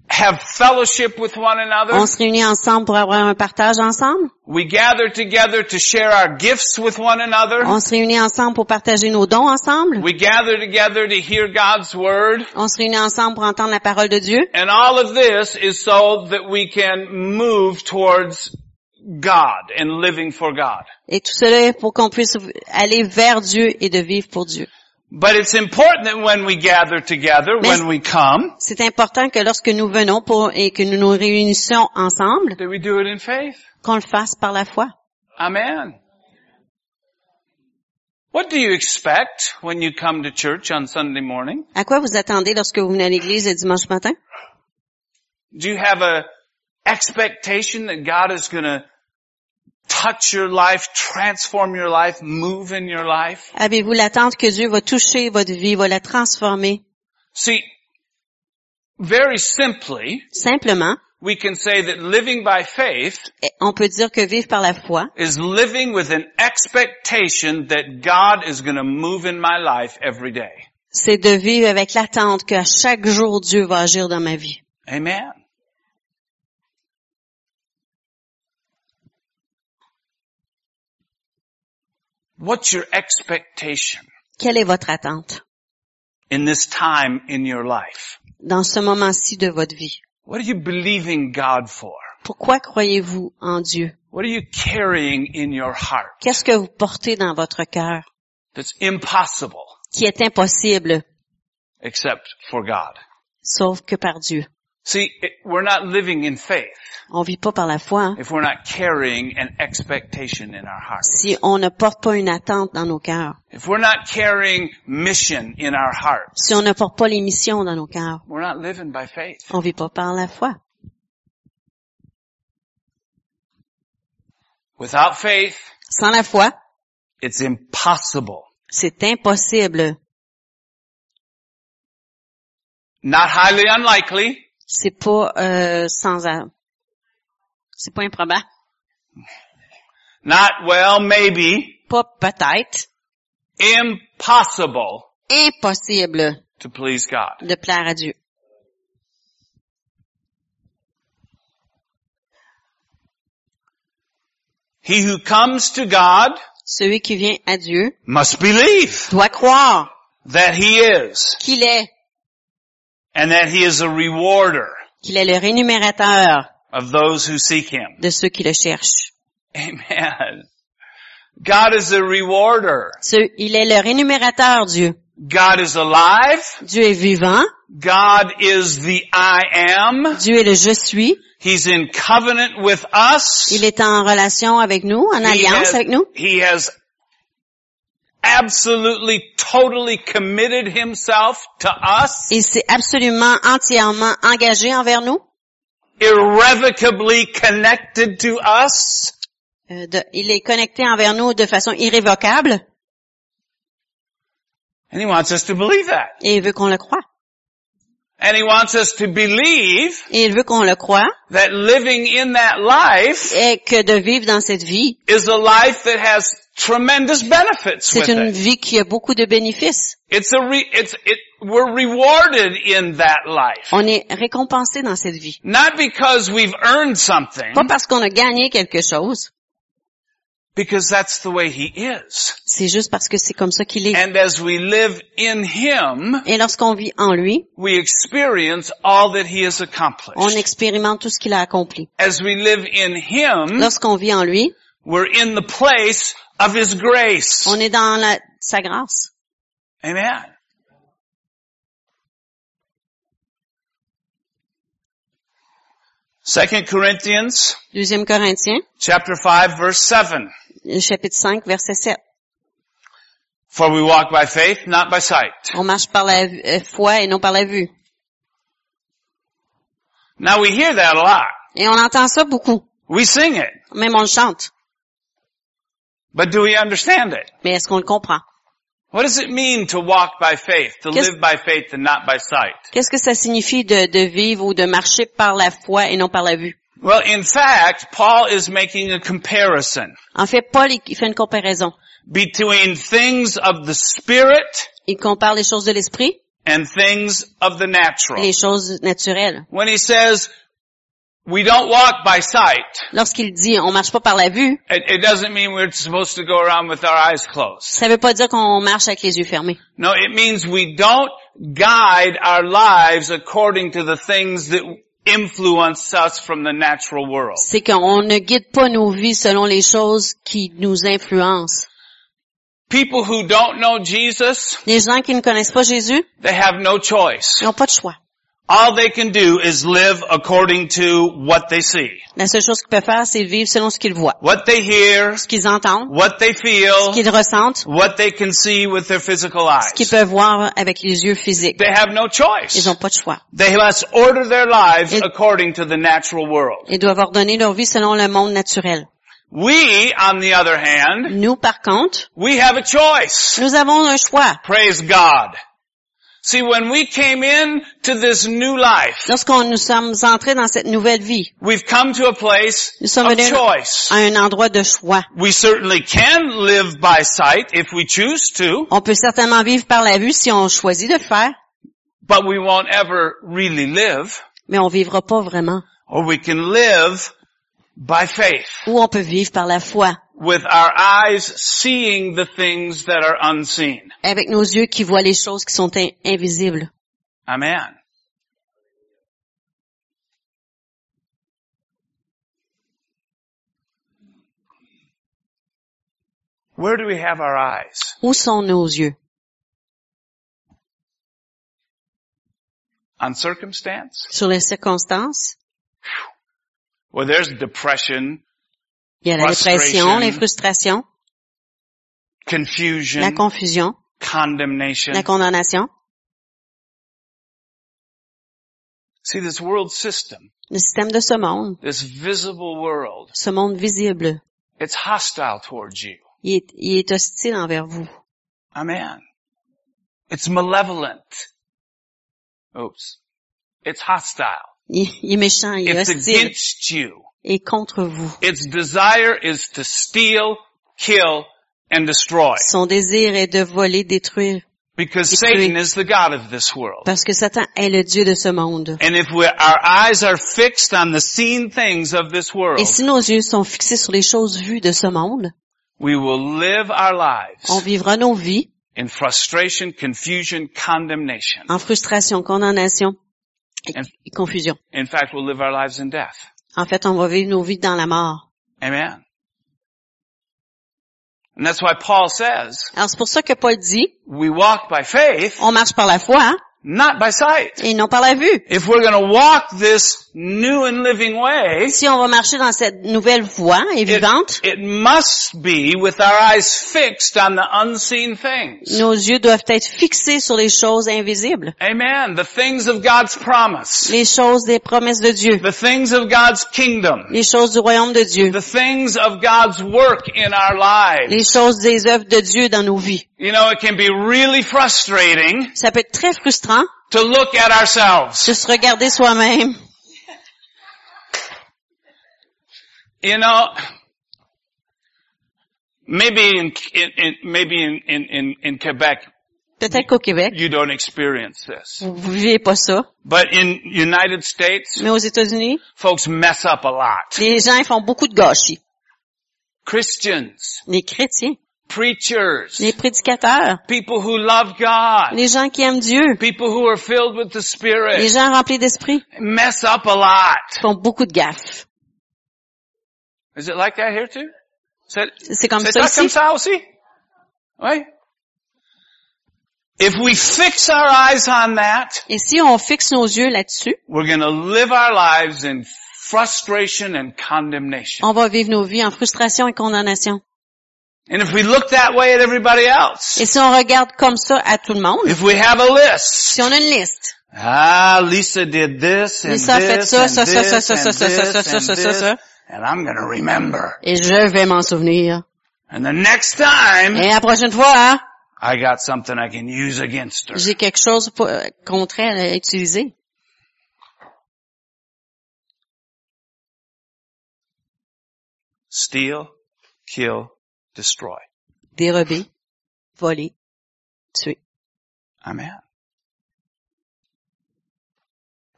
S1: have fellowship with one
S2: On
S1: another.
S2: se réunit ensemble pour avoir un partage ensemble.
S1: We gather together to share our gifts with one another.
S2: On se réunit ensemble pour partager nos dons ensemble.
S1: We gather together to hear God's word.
S2: On se réunit ensemble pour entendre la parole de Dieu.
S1: And all of this is so that we can move towards God and living for God.
S2: Et tout cela est pour qu'on puisse aller vers Dieu et de vivre pour Dieu.
S1: But it's important that when we gather together,
S2: Mais-
S1: when we come,
S2: C'est important que lorsque nous venons pour, et que nous nous réunissions ensemble,
S1: that we do it in faith.
S2: qu'on le fasse par la foi.
S1: Amen. What do you expect when you come to church on Sunday morning?
S2: À quoi vous attendez lorsque vous venez à l'église le dimanche matin?
S1: Do you have a expectation that God is going to touch your life, transform your life, move in your life?
S2: Avez-vous l'attente que Dieu va toucher votre vie, va la transformer?
S1: See, very simply,
S2: Simplement,
S1: we can say that living by faith
S2: eh, on peut dire que vivre par la foi,
S1: is living with an expectation that God is going to move in my life every day.
S2: c'est de vivre avec l'attente qu'à chaque jour Dieu va agir dans ma vie.
S1: Amen. What's your expectation
S2: Quelle est votre attente
S1: in this time in your life?
S2: dans ce moment-ci de votre vie?
S1: What are you believing God for?
S2: Pourquoi croyez-vous en Dieu?
S1: What are you carrying in your heart
S2: Qu'est-ce que vous portez dans votre cœur
S1: that's impossible
S2: qui est impossible,
S1: except for God?
S2: sauf que par Dieu?
S1: See, it, we're not living in faith
S2: On vit pas par la foi hein,
S1: if we're not carrying an expectation in our heart.
S2: si on ne porte pas une attente dans nos cœurs,
S1: If we're not carrying mission in our heart,
S2: si on ne porte pas les missions dans nos cœurs.
S1: we're not living by faith.
S2: On vit pas par la foi.
S1: Without faith,
S2: Sans la foi,
S1: it's impossible.
S2: c'est impossible.
S1: Not highly unlikely,
S2: C'est pas euh, sans a- c'est pas improbable.
S1: not well, maybe,
S2: Pas peut-être,
S1: impossible
S2: impossible
S1: to please God.
S2: de plaire à Dieu.
S1: He who comes to God
S2: celui qui vient à Dieu
S1: must believe
S2: doit croire
S1: that He is
S2: qu'il est,
S1: and that He is a rewarder
S2: qu'il est le rémunérateur
S1: of those who seek Him.
S2: de ceux qui le cherchent.
S1: Amen. God is a rewarder.
S2: Ce- il est le rémunérateur, Dieu.
S1: God is alive.
S2: Dieu est vivant.
S1: God is the I am.
S2: Dieu est le je suis.
S1: He's in covenant with us.
S2: Il est en relation avec nous, en
S1: He
S2: alliance
S1: has,
S2: avec nous.
S1: he has absolutely, totally committed himself to us,
S2: Il s'est absolument, entièrement engagé envers nous.
S1: irrevocably connected to us.
S2: Euh, de- il est connecté envers nous de façon irrévocable
S1: And he wants us to believe that.
S2: et il veut qu'on le croie.
S1: And he wants us to believe
S2: Et il veut qu'on le croie
S1: that living in that life
S2: et que de vivre dans cette vie,
S1: is a life that has tremendous benefits with
S2: c'est une
S1: it.
S2: vie qui a beaucoup de bénéfices.
S1: It's a re, it's, it, we're rewarded in that life.
S2: On est récompensé dans cette vie.
S1: Not because we've earned something,
S2: Pas parce qu'on a gagné quelque chose,
S1: because that's the way he is.
S2: c'est juste parce que c'est comme ça qu'il est.
S1: And as we live in Him,
S2: Et lorsqu'on vit en lui,
S1: we experience all that He has
S2: on
S1: accomplished.
S2: expérimente tout ce qu'il a accompli.
S1: As we live in Him,
S2: Lorsqu'on vit en lui,
S1: we're in the place of His grace.
S2: on est dans la- sa grâce.
S1: Amen. Second Corinthians
S2: Deuxième Corinthiens,
S1: chapter five verse seven.
S2: chapitre 5, verset 7.
S1: For we walk by faith, not by sight.
S2: On marche par la euh, foi et non par la vue.
S1: Now we hear that a lot.
S2: Et on entend ça beaucoup.
S1: We sing it.
S2: Même on le chante.
S1: But do we understand it?
S2: Mais est-ce qu'on le comprend?
S1: What does it mean to walk by faith, to
S2: Yes.
S1: live by faith and not by sight?
S2: Qu'est-ce que ça signifie de, de vivre ou de marcher par la foi et non par la vue?
S1: Well, in fact, Paul is making a comparison
S2: En fait, Paul, il- il fait une comparaison.
S1: between things of the spirit
S2: Il compare les choses de l'esprit
S1: and things of the
S2: et
S1: natural.
S2: les choses naturelles.
S1: When he says, we don't walk by sight,
S2: Lorsqu'il dit on marche pas par la vue,
S1: it, it doesn't mean we're supposed to go around with our eyes closed.
S2: ça veut pas dire qu'on marche avec les yeux fermés.
S1: No, it means we don't guide our lives according to the things that influence us from the natural world.
S2: C'est qu'on ne guide pas nos vies selon les choses qui nous influencent.
S1: People who don't know Jesus,
S2: Les gens qui ne connaissent pas Jésus
S1: they have no choice.
S2: ils n'ont pas de choix.
S1: All they can do is live according to what they see.
S2: La seule chose qu'ils peuvent faire, c'est vivre selon ce qu'ils voient,
S1: what they hear,
S2: ce qu'ils entendent,
S1: what they
S2: ce
S1: feel,
S2: qu'ils ressentent,
S1: what they can see with their physical
S2: ce qu'ils
S1: eyes.
S2: peuvent voir avec les yeux physiques.
S1: They have no
S2: Ils
S1: choice.
S2: n'ont pas de choix.
S1: They must order their lives
S2: Ils-
S1: according to the natural world.
S2: Ils doivent ordonner leur vie selon le monde naturel.
S1: We, on the other hand,
S2: Nous, par contre,
S1: we have a choice.
S2: nous avons un choix.
S1: Praise God. See, when we came in to this new life,
S2: Lorsqu'on nous sommes entrés dans cette nouvelle vie,
S1: we've come to a place
S2: nous sommes
S1: of
S2: venus
S1: choice.
S2: à un endroit de choix.
S1: We certainly can live by sight if we choose to,
S2: On peut certainement vivre par la vue si on choisit de le faire,
S1: but we won't ever really live,
S2: mais on vivra pas vraiment.
S1: or we can live by faith.
S2: Ou on peut vivre par la foi,
S1: with our eyes seeing the things that are unseen.
S2: avec nos yeux qui voient les choses qui sont in- invisibles.
S1: Amen. Where do we have our eyes?
S2: Où sont nos yeux?
S1: On circumstance?
S2: Sur les circonstances?
S1: Well, there's depression,
S2: Il y a la
S1: Frustration.
S2: dépression, les frustrations, la
S1: confusion,
S2: confusion,
S1: condemnation.
S2: la condamnation.
S1: See, this world system,
S2: Le système de ce monde,
S1: this visible world,
S2: ce monde visible,
S1: it's hostile towards you.
S2: il est, il est hostile envers vous.
S1: Amen. It's malevolent. Oops. It's hostile.
S2: Il, il est méchant, il est
S1: It's
S2: hostile
S1: against you.
S2: et contre vous.
S1: Its desire is to steal, kill, and destroy.
S2: Son désir est de voler, détruire,
S1: Because
S2: Détruire.
S1: Satan is the God of this world.
S2: parce que Satan est le Dieu de ce monde.
S1: And if we our eyes are fixed on the seen things of this world,
S2: Et si nos yeux sont fixés sur les choses vues de ce monde,
S1: we will live our
S2: on
S1: lives
S2: vivra nos vies
S1: in frustration, confusion, condemnation.
S2: en frustration, condamnation et,
S1: And-
S2: et confusion.
S1: In fact, we'll live our lives in death.
S2: En fait, on va vivre nos vies dans la mort.
S1: Amen. And that's why Paul says,
S2: Alors c'est pour ça que Paul dit,
S1: we walk by faith,
S2: on marche par la foi hein,
S1: not by sight.
S2: et non par la vue.
S1: If we're gonna walk this new and living way,
S2: Si on va marcher dans cette nouvelle voie et
S1: it,
S2: vivante,
S1: it must be with our eyes fixed on the unseen things.
S2: nos yeux doivent être fixés sur les choses invisibles,
S1: Amen. The things of God's promise.
S2: les choses des promesses de Dieu,
S1: The things of God's kingdom.
S2: les choses du royaume de Dieu,
S1: The things of God's work in our lives.
S2: les choses des œuvres de Dieu dans nos vies.
S1: You know, it can be really frustrating
S2: Ça peut être très frustrant
S1: to look at ourselves.
S2: de se regarder soi-même.
S1: You know, maybe in, in, in maybe in, in, in, in Quebec,
S2: Peut-être qu'au Québec,
S1: you don't experience this.
S2: vous vivez pas ça,
S1: But in United States,
S2: mais aux États-Unis,
S1: folks mess up a lot.
S2: les gens ils font beaucoup de gâchis.
S1: Christians,
S2: Les chrétiens,
S1: preachers,
S2: les prédicateurs,
S1: people who love God,
S2: les gens qui aiment Dieu,
S1: people who are filled with the
S2: les
S1: Spirit,
S2: gens remplis d'esprit,
S1: mess up a lot.
S2: font beaucoup de gaffes.
S1: Is it like that here too? Said,
S2: C'est comme
S1: C'est
S2: ça
S1: ça comme
S2: aussi.
S1: ça aussi? Oui. If we fix our eyes on that,
S2: Et si on fixe nos yeux là-dessus,
S1: we're going to live our lives in frustration and condemnation.
S2: on va vivre nos vies en frustration et condamnation.
S1: And if we look that way at everybody else,
S2: Et si on regarde comme ça à tout le monde,
S1: if we have a list,
S2: si on a une liste,
S1: ah, Lisa did this and
S2: Lisa a fait
S1: this
S2: ça,
S1: and
S2: ça, ça,
S1: this
S2: ça, ça,
S1: and
S2: ça, ça, ça,
S1: this
S2: ça,
S1: and
S2: ça, ça,
S1: this,
S2: ça.
S1: and I'm going to remember.
S2: et je vais m'en souvenir.
S1: And the next time,
S2: Et la prochaine fois, hein,
S1: I got something I can use against her.
S2: j'ai quelque chose pour, euh, contre elle à utiliser.
S1: Steal, kill, destroy.
S2: Dérober, voler, tuer.
S1: Amen.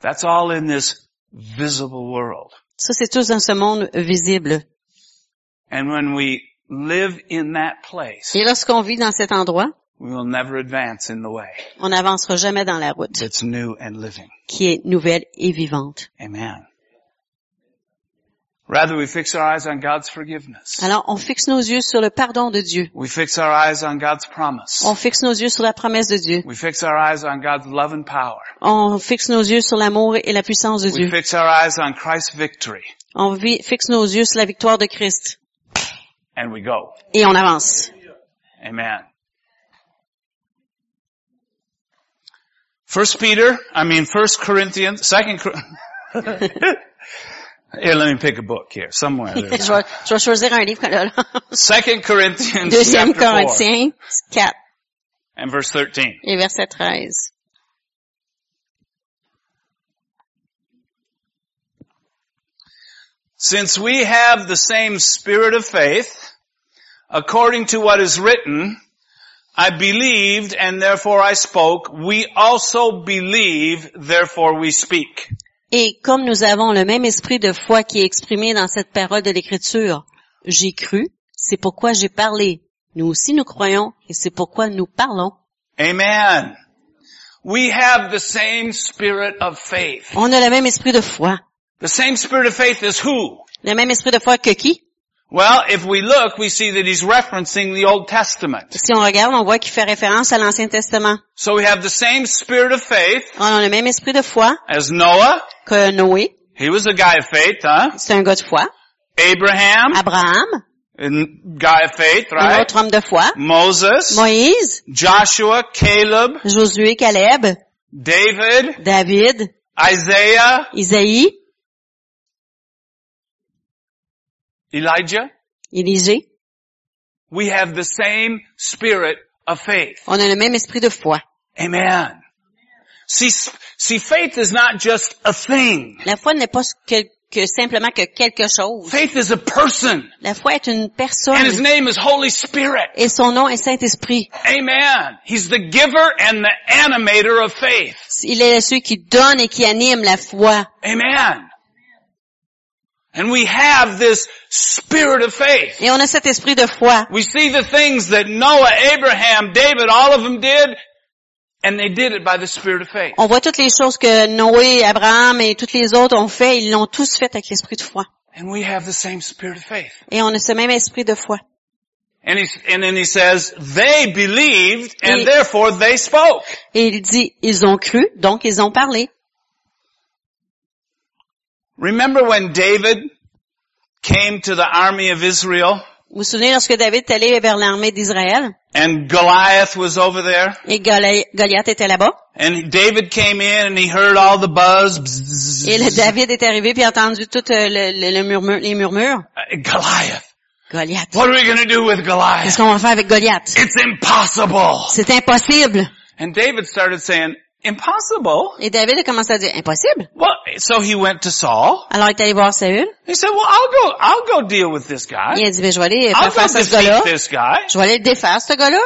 S1: That's all in this visible world.
S2: Ça, c'est tous dans ce monde visible.
S1: And when we live in that place,
S2: Et lorsqu'on vit dans cet endroit,
S1: we will never advance in the way
S2: on n'avancera jamais dans la route
S1: that's new and living.
S2: qui est nouvelle et vivante.
S1: Amen. Rather, we fix our eyes on God's forgiveness.
S2: Alors, on fixe nos yeux sur le pardon de Dieu.
S1: We fix our eyes on God's promise.
S2: On fixe nos yeux sur la promesse de Dieu.
S1: We fix our eyes on God's love and power.
S2: On fixe nos yeux sur l'amour et la puissance de
S1: We
S2: Dieu.
S1: fix our eyes on Christ's victory
S2: On vit- fixe nos yeux sur la victoire de Christ.
S1: and we go.
S2: Et on avance.
S1: Amen. First Peter, I mean First Corinthians, Second. Cor- here, let me pick a book here somewhere.
S2: je, vais,
S1: there's-
S2: je vais choisir un livre. Là, là.
S1: Second Corinthians,
S2: Deuxième
S1: chapter four,
S2: Corinthiens 4
S1: and verse thirteen.
S2: et verset 13.
S1: Since we have the same spirit of faith, according to what is written, I believed and therefore I spoke. We also believe, therefore we speak.
S2: Et comme nous avons le même esprit de foi qui est exprimé dans cette parole de l'Écriture, j'ai cru, c'est pourquoi j'ai parlé. Nous aussi nous croyons et c'est pourquoi nous parlons.
S1: Amen. We have the same spirit of faith.
S2: On a le même esprit de foi.
S1: The same spirit of faith is who?
S2: Le même esprit de foi que qui?
S1: Well, if we look, we see that he's referencing the Old Testament.
S2: Si on regarde, on voit qu'il fait référence à l'Ancien Testament.
S1: So we have the same spirit of faith
S2: On a le même esprit de foi
S1: as Noah.
S2: que Noé.
S1: He was a guy of faith, huh?
S2: C'est un gars de foi.
S1: Abraham,
S2: Abraham,
S1: a guy of faith,
S2: un
S1: right?
S2: autre homme de foi.
S1: Moses,
S2: Moïse,
S1: Joshua, Caleb,
S2: Josué, Caleb,
S1: David,
S2: David,
S1: Isaiah,
S2: Isaïe,
S1: Elijah.
S2: Élisée.
S1: We have the same spirit of faith.
S2: On a le même esprit de foi.
S1: Amen. See, see, faith is not just a thing.
S2: La foi n'est pas que, que simplement que quelque chose.
S1: Faith is a person.
S2: La foi est une
S1: And his
S2: personne
S1: name is Holy Spirit.
S2: et son nom est Saint-Esprit.
S1: Amen. He's the giver and the animator of faith.
S2: Il est celui qui donne et qui anime la foi.
S1: Amen. And we have this spirit of faith.
S2: Et on a cet esprit de foi.
S1: We see the things that Noah, Abraham, David, all of them did, and they did it by the spirit of faith.
S2: On voit toutes les choses que Noé, Abraham et toutes les autres ont fait. Ils l'ont tous fait avec l'esprit de foi.
S1: And we have the same spirit of faith.
S2: Et on a ce même esprit de foi.
S1: And, he, and then he says, they believed
S2: Et-
S1: and therefore they spoke.
S2: Et il dit, ils ont cru, donc ils ont parlé.
S1: Remember when David came to the army of Israel
S2: Vous vous souvenez lorsque David est allé vers l'armée d'Israël
S1: and Goliath was over there?
S2: et Goli- Goliath était là-bas?
S1: And David came in and he heard all the buzz. Bzzz.
S2: Et le David est arrivé puis a entendu tout euh, le, le- le murmure, les murmures.
S1: Uh, Goliath.
S2: Goliath.
S1: What are we going to do with
S2: Qu'est-ce
S1: Goliath?
S2: qu'on va faire avec Goliath?
S1: It's impossible.
S2: C'est impossible.
S1: And David started saying, impossible?
S2: Et David a commencé à dire, impossible.
S1: Well, so he went to Saul.
S2: Alors il est allé voir Saül.
S1: He said, well, I'll go, I'll go deal with this
S2: Il
S1: guy.
S2: a dit, ben, je vais aller
S1: I'll
S2: faire
S1: go
S2: face à ce gars-là.
S1: defeat this guy.
S2: Je vais aller le défaire, ce gars-là.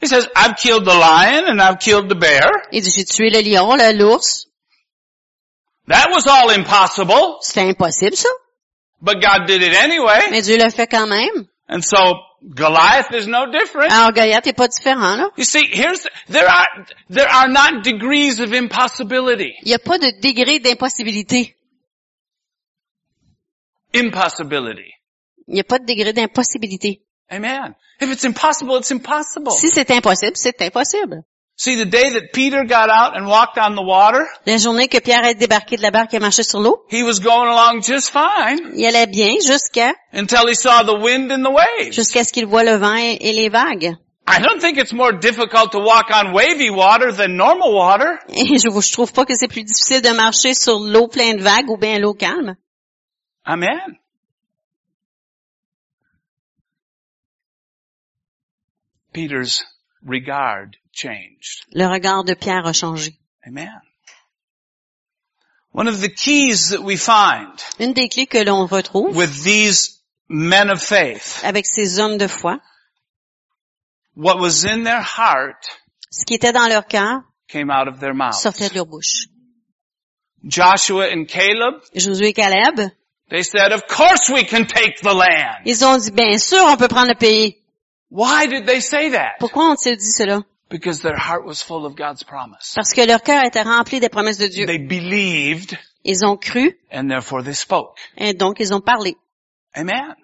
S1: He says, I've killed the lion and I've killed the bear.
S2: Il dit, j'ai tué le lion, là, l'ours.
S1: That was all impossible,
S2: C'était impossible, ça.
S1: but God did it anyway.
S2: Mais Dieu l'a fait quand même.
S1: And so Goliath is no different.
S2: Alors Goliath n'est pas différent, là.
S1: You see, here's, there are, there are not degrees of impossibility.
S2: Il n'y a pas de degré d'impossibilité.
S1: Impossibility.
S2: Il n'y a pas de degré d'impossibilité.
S1: Amen. If it's impossible, it's impossible.
S2: Si c'est impossible, c'est impossible.
S1: See, the day that Peter got out and walked on the water,
S2: La journée que Pierre est débarqué de la barque et marché sur l'eau,
S1: he was going along just fine
S2: il allait bien jusqu'à
S1: until he saw the wind and the waves.
S2: jusqu'à ce qu'il voit le vent et, et les vagues.
S1: I don't think it's more difficult to walk on wavy water than normal water.
S2: Et je vous je trouve pas que c'est plus difficile de marcher sur l'eau pleine de vagues ou bien l'eau calme.
S1: Amen. Peter's regard changed.
S2: Le regard de Pierre a changé.
S1: Amen. One of the keys that we find
S2: Une des clés que l'on retrouve
S1: with these men of faith,
S2: avec ces hommes de foi,
S1: what was in their heart
S2: ce qui était dans leur cœur
S1: came out of their mouth.
S2: sortait de leur bouche.
S1: Joshua and Caleb,
S2: Josué et Caleb,
S1: they said, of course we can take the land.
S2: ils ont dit, bien sûr, on peut prendre le pays.
S1: Why did they say that?
S2: Pourquoi ont-ils dit cela?
S1: Because their heart was full of God's promise.
S2: Parce que leur cœur était rempli des promesses de Dieu.
S1: They believed
S2: Ils ont cru
S1: and therefore they spoke.
S2: et donc ils ont parlé.
S1: Amen.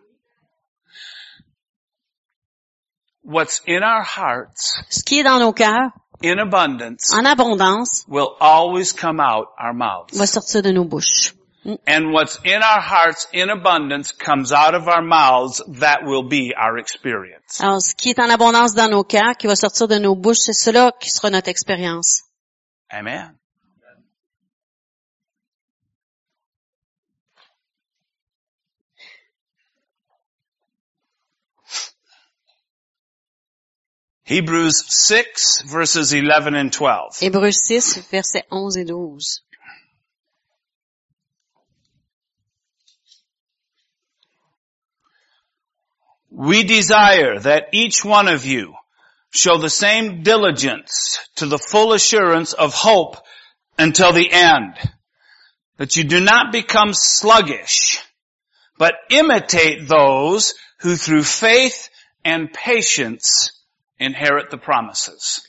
S1: What's in our hearts
S2: Ce qui est dans nos cœurs,
S1: in abundance
S2: en abondance,
S1: will always come out our mouths.
S2: va sortir de nos bouches.
S1: And what's in our hearts in abundance comes out of our mouths. That will be our experience.
S2: Alors, ce qui est en abondance dans nos cœurs, qui va sortir de nos bouches, c'est cela qui sera notre expérience.
S1: Amen. Hebrews 6 verses 11 and 12.
S2: Hébreux 6, versets 11 et 12.
S1: We desire that each one of you show the same diligence to the full assurance of hope until the end, that you do not become sluggish, but imitate those who through faith and patience inherit the promises.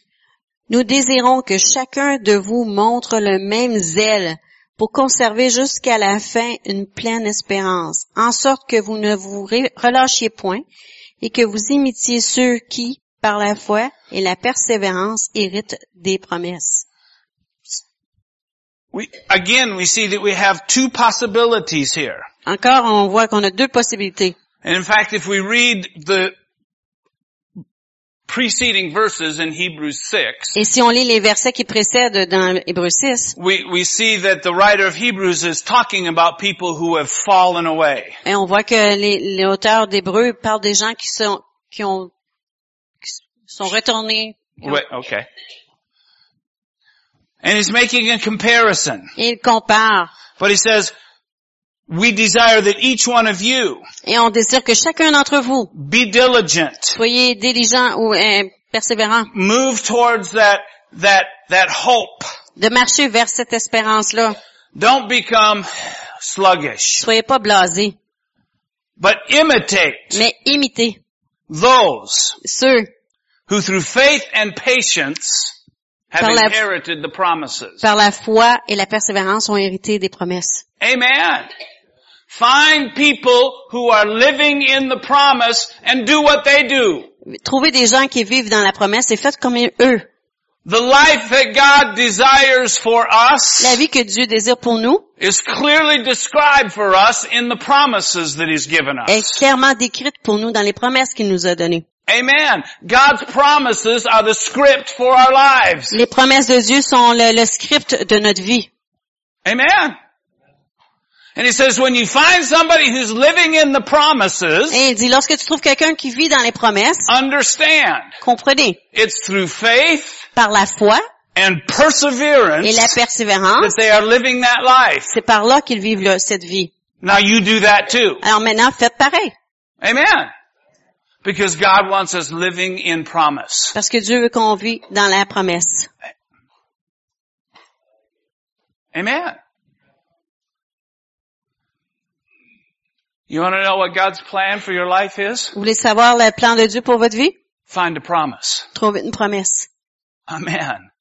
S2: Nous désirons que chacun de vous montre le même zèle pour conserver jusqu'à la fin une pleine espérance, en sorte que vous ne vous ré- relâchiez point et que vous imitiez ceux qui, par la foi et la persévérance, héritent des promesses.
S1: We, again, we see that we have two possibilities here.
S2: Encore, on voit qu'on a deux possibilités.
S1: And in fact, if we read the preceding verses in Hebrews 6,
S2: Et si on lit les versets qui précèdent dans Hébreux 6,
S1: we, we see that the writer of Hebrews is talking about people who have fallen away.
S2: et hein, on voit que les, les auteurs d'Hébreux parlent des gens qui sont, qui ont, qui sont retournés.
S1: Wait, okay. And he's making a comparison,
S2: Et ils comparent
S1: but he says, we desire that each one of you
S2: Et on désire que chacun d'entre vous
S1: be diligent,
S2: soyez diligent ou euh, persévérant
S1: move towards that, that, that hope.
S2: de marcher vers cette espérance-là.
S1: Don't become sluggish,
S2: Soyez pas blasés,
S1: but imitate
S2: mais imitez
S1: those
S2: ceux
S1: who through faith and patience have
S2: Par la-
S1: inherited the promises.
S2: par la foi et la persévérance ont hérité des promesses.
S1: Amen. Find people who are living in the promise and do what they do.
S2: Trouvez des gens qui vivent dans la promesse et faites comme eux.
S1: The life that God desires for
S2: La
S1: us
S2: vie que Dieu désire pour nous
S1: is clearly described for us in the promises that He's given
S2: est
S1: us.
S2: clairement décrite pour nous dans les promesses qu'il nous a données.
S1: Amen. God's promises are the script for our lives.
S2: Les promesses de Dieu sont le, le script de notre vie.
S1: Amen. And He says when you find somebody who's living in the promises,
S2: Et il dit, lorsque tu trouves quelqu'un qui vit dans les promesses,
S1: understand
S2: comprenez,
S1: it's through faith
S2: par la foi
S1: and
S2: et
S1: perseverance
S2: la
S1: that
S2: persévérance,
S1: they are living that life.
S2: c'est par là qu'ils vivent là, cette vie.
S1: Now you do that too.
S2: Alors maintenant, faites pareil.
S1: Amen. Because God wants us living in promise.
S2: Parce que Dieu veut qu'on vit dans la promesse.
S1: Amen. You want to know what God's plan for your life is?
S2: Vous voulez savoir le plan de Dieu pour votre vie?
S1: Find a promise.
S2: Trouvez une promesse.
S1: Amen.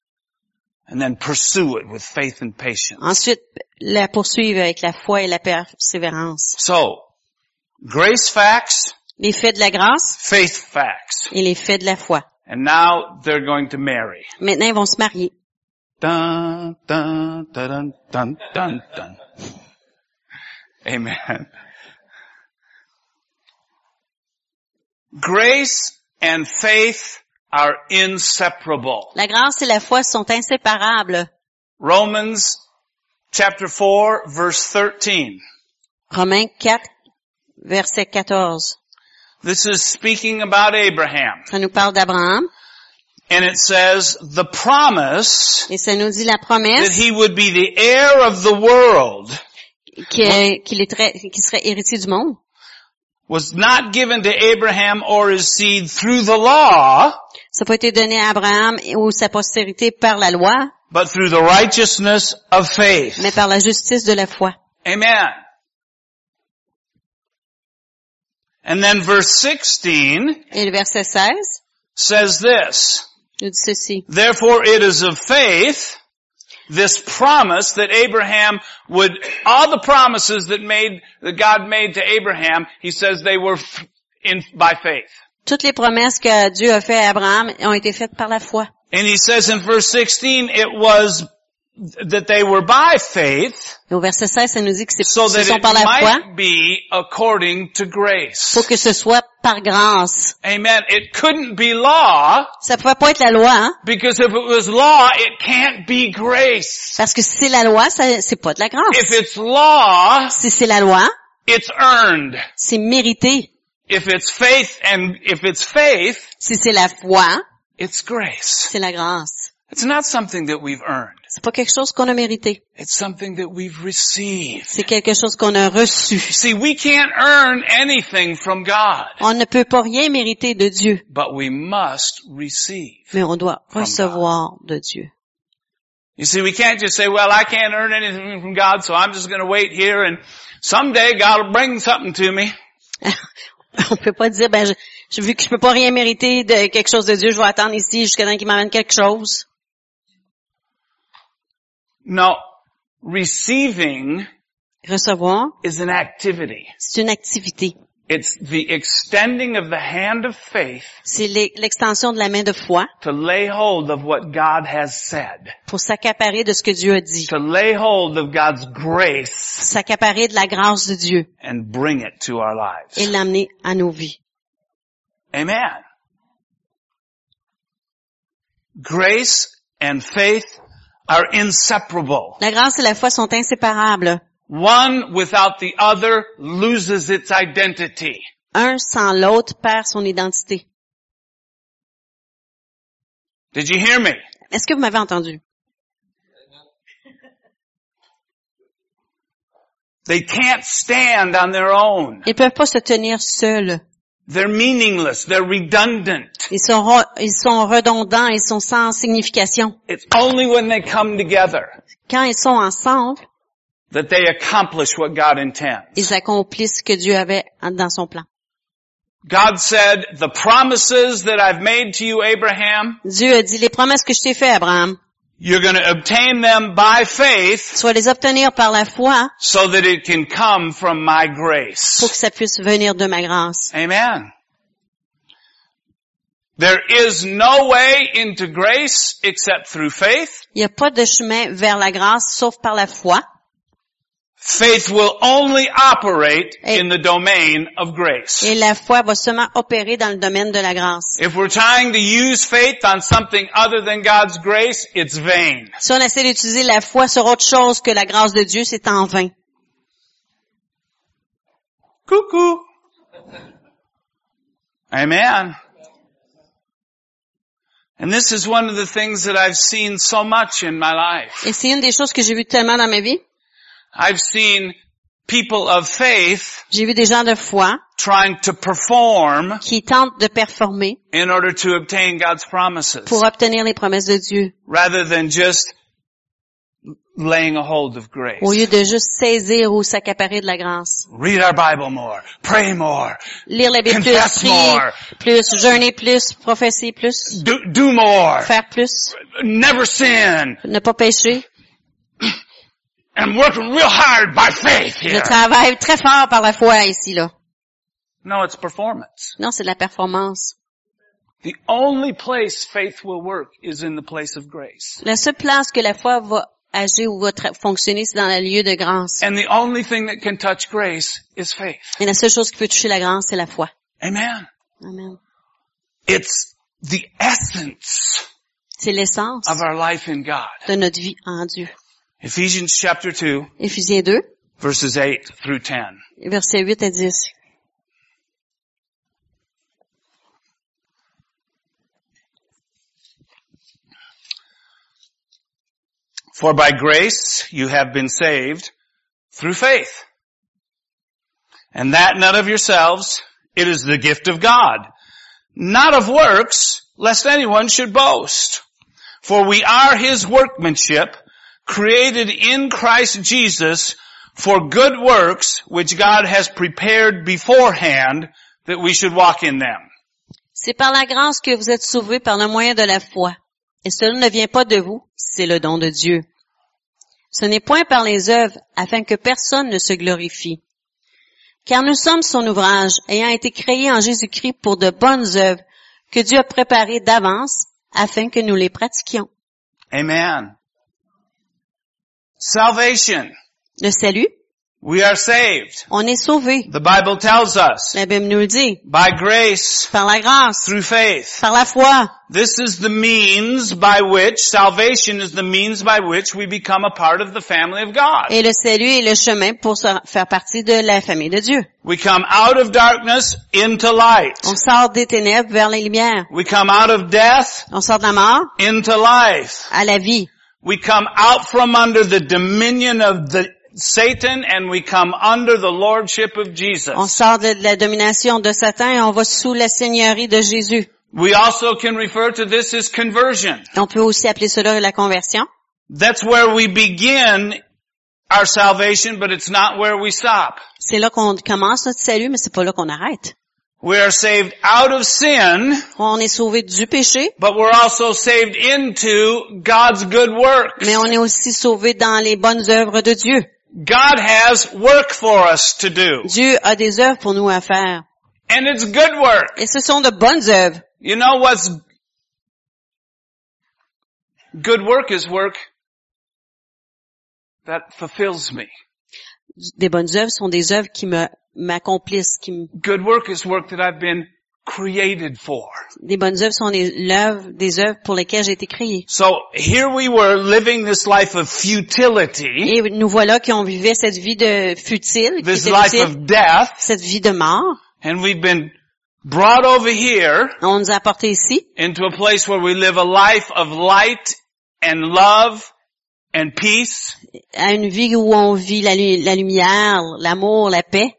S1: And then pursue it with faith and patience.
S2: Ensuite, la poursuivre avec la foi et la persévérance.
S1: So, grace facts,
S2: Les faits de la grâce
S1: faith facts.
S2: et les faits de la foi.
S1: And now they're going to marry.
S2: Maintenant, ils vont se marier.
S1: Dun, dun, dun, dun, dun, dun. Amen. Grace and faith are inseparable.
S2: La grâce et la foi sont inséparables.
S1: Romans chapter 4 verse 13.
S2: Romains 4, verset 14.
S1: This is speaking about Abraham.
S2: Ça nous parle d'Abraham
S1: And it says, the promise
S2: et ça nous dit la
S1: that
S2: promesse
S1: he would be the heir of the world
S2: que- qu'il est très- qu'il serait héritier du monde
S1: was not given to Abraham or his seed through the law,
S2: Ça n'a pas été donné à Abraham et- ou sa postérité par la loi,
S1: but through the righteousness of faith.
S2: mais par la justice de la foi.
S1: Amen. And then verse 16
S2: Et le verset 16
S1: says this,
S2: nous dit ceci.
S1: therefore it is of faith, this promise that Abraham would, all the promises that made, that God made to Abraham, he says they were f- in, by faith.
S2: Toutes les promesses que Dieu a faites à Abraham ont été faites par la foi.
S1: And he says in verse 16, it was that they were by faith,
S2: Et au verset 16, ça nous dit que c'est-
S1: so
S2: ce
S1: that
S2: sont
S1: it
S2: par la foi
S1: might be according to grace.
S2: pour que ce soit par grâce.
S1: Amen. It couldn't be law,
S2: Ça ne pouvait pas être la loi, hein?
S1: because if it was law, it can't be grace.
S2: Parce que si c'est la loi, ça, c'est pas de la grâce.
S1: If it's law,
S2: Si c'est la loi,
S1: it's earned.
S2: c'est mérité.
S1: If it's faith and if it's faith,
S2: Si c'est la foi,
S1: it's grace.
S2: c'est la grâce.
S1: It's not something that we've earned.
S2: C'est pas quelque chose qu'on a mérité.
S1: It's something that we've received.
S2: C'est quelque chose qu'on a reçu.
S1: See, we can't earn anything from God,
S2: On ne peut pas rien mériter de Dieu,
S1: but we must receive.
S2: mais on doit recevoir de Dieu.
S1: You see, we can't just say, well, I can't earn anything from God, so I'm just going to wait here and someday God will bring something to me.
S2: On peut pas dire, ben, je, je- vu que je peux pas rien mériter de quelque chose de Dieu, je vais attendre ici jusqu'à temps qu'il m'amène quelque chose.
S1: No. Receiving
S2: Recevoir,
S1: is an activity.
S2: c'est une activité.
S1: It's the extending of the hand of faith
S2: C'est l'e- l'extension de la main de foi
S1: to lay hold of what God has said,
S2: pour s'accaparer de ce que Dieu a dit,
S1: to lay hold of God's grace
S2: s'accaparer de la grâce de Dieu
S1: and bring it to our
S2: et
S1: lives.
S2: l'amener à nos vies.
S1: Amen. Grace and faith are inseparable.
S2: La grâce et la foi sont inséparables.
S1: One without the other loses its identity.
S2: Un sans l'autre perd son identité.
S1: Did you hear me?
S2: Est-ce que vous m'avez entendu?
S1: They can't stand on their own.
S2: Ils peuvent pas se tenir seuls.
S1: They're meaningless. They're redundant.
S2: Ils sont, ro- ils sont redondants, ils sont sans signification.
S1: It's only when they come together
S2: Quand ils sont ensemble,
S1: that they accomplish what God intends.
S2: Ils accomplissent ce que Dieu avait en- dans son plan.
S1: God said, the promises that I've made to you, Abraham,
S2: Dieu a dit, les promesses que je t'ai faites, Abraham,
S1: you're going to obtain them by faith
S2: tu vas les obtenir par la foi
S1: so that it can come from my
S2: pour que
S1: grace.
S2: ça puisse venir de ma grâce.
S1: Amen. There is no way into grace except through faith.
S2: Il n'y a pas de chemin vers la grâce sauf par la foi.
S1: Faith will only operate
S2: Et-
S1: in the domain of grace.
S2: Et la foi va seulement opérer dans le domaine de la grâce.
S1: If we're trying to use faith on something other than God's grace, it's vain.
S2: Si on essaie d'utiliser la foi sur autre chose que la grâce de Dieu, c'est en vain.
S1: Cuckoo. Amen. And this is one of the things that I've seen so much in my life.
S2: Et c'est une des choses que j'ai vues tellement dans ma vie.
S1: I've seen people of faith
S2: J'ai vu des gens de foi
S1: trying to perform
S2: qui tentent de performer
S1: in order to obtain God's promises
S2: pour obtenir les promesses de Dieu
S1: rather than just laying a hold of
S2: au
S1: grace.
S2: lieu de juste saisir ou s'accaparer de la grâce.
S1: Read our Bible more. Pray more.
S2: Lire la Bible plus,
S1: Confess
S2: prier
S1: more.
S2: plus, jeûner plus, prophétiser plus,
S1: Do, do more.
S2: faire plus,
S1: Never sin.
S2: ne pas pécher.
S1: I'm working real hard by faith
S2: Je
S1: here.
S2: travaille très fort par la foi ici, là.
S1: No, it's performance.
S2: Non, c'est de la performance.
S1: The only place faith will work is in the place of grace.
S2: La seule place que la foi va agir ou va tra- fonctionner, c'est dans le lieu de grâce.
S1: And the only thing that can touch grace is faith.
S2: Et la seule chose qui peut toucher la grâce, c'est la foi.
S1: Amen.
S2: Amen.
S1: It's the essence
S2: C'est l'essence
S1: of our life in God.
S2: de notre vie en Dieu.
S1: Ephesians chapter 2,
S2: Éphésiens 2,
S1: verses 8 through 10.
S2: versets 8 à 10.
S1: For by grace you have been saved through faith. And that not of yourselves, it is the gift of God, not of works, lest anyone should boast. For we are his workmanship, created in Christ Jesus for good works which God has prepared beforehand that we should walk in them.
S2: C'est par la grâce que vous êtes sauvés par le moyen de la foi. Et cela ne vient pas de vous, c'est le don de Dieu. Ce n'est point par les œuvres, afin que personne ne se glorifie. Car nous sommes son ouvrage, ayant été créés en Jésus-Christ pour de bonnes œuvres, que Dieu a préparées d'avance, afin que nous les pratiquions.
S1: Amen. Salvation.
S2: Le salut,
S1: We are saved.
S2: on est sauvés.
S1: The Bible tells us.
S2: La Bible nous le dit.
S1: by grace
S2: Par la grâce,
S1: through faith.
S2: par la foi.
S1: This is the means by which salvation is the means by which we become a part of the family of God.
S2: Et le salut est le chemin pour se- faire partie de la famille de Dieu.
S1: We come out of darkness into light.
S2: On sort des ténèbres vers les lumières.
S1: We come out of death
S2: On sort de la mort
S1: into life.
S2: à la vie.
S1: We come out from under the dominion of the Satan and we come under the lordship of
S2: On
S1: Jesus.
S2: sort de la domination de Satan et on va sous la seigneurie de Jésus.
S1: We also can refer to this as conversion.
S2: On peut aussi appeler cela la conversion.
S1: That's where we begin our salvation, but it's not where we stop.
S2: C'est là qu'on commence notre salut, mais c'est pas là qu'on arrête.
S1: We are saved out of sin,
S2: On est sauvé du péché,
S1: but we're also saved into God's good works.
S2: mais on est aussi sauvé dans les bonnes œuvres de Dieu.
S1: God has work for us to do.
S2: Dieu a des œuvres pour nous à faire.
S1: And it's good work.
S2: Et ce sont de bonnes œuvres.
S1: You know what's good work is work that fulfills me.
S2: Des bonnes œuvres sont des œuvres qui me- m'accomplissent. Qui me-
S1: Good work is work that I've been created for.
S2: Des bonnes œuvres sont des, l'œuvre- des œuvres pour lesquelles j'ai été créé.
S1: So here we were living this life of futility,
S2: Et nous voilà qui on vivait cette vie de futile, qui
S1: this
S2: était
S1: life
S2: futile,
S1: of death,
S2: cette vie de mort.
S1: and we've been brought over here
S2: On nous a apportés ici
S1: into a place where we live a life of light and love and peace
S2: à une vie où on vit la, lu- la lumière, l'amour, la paix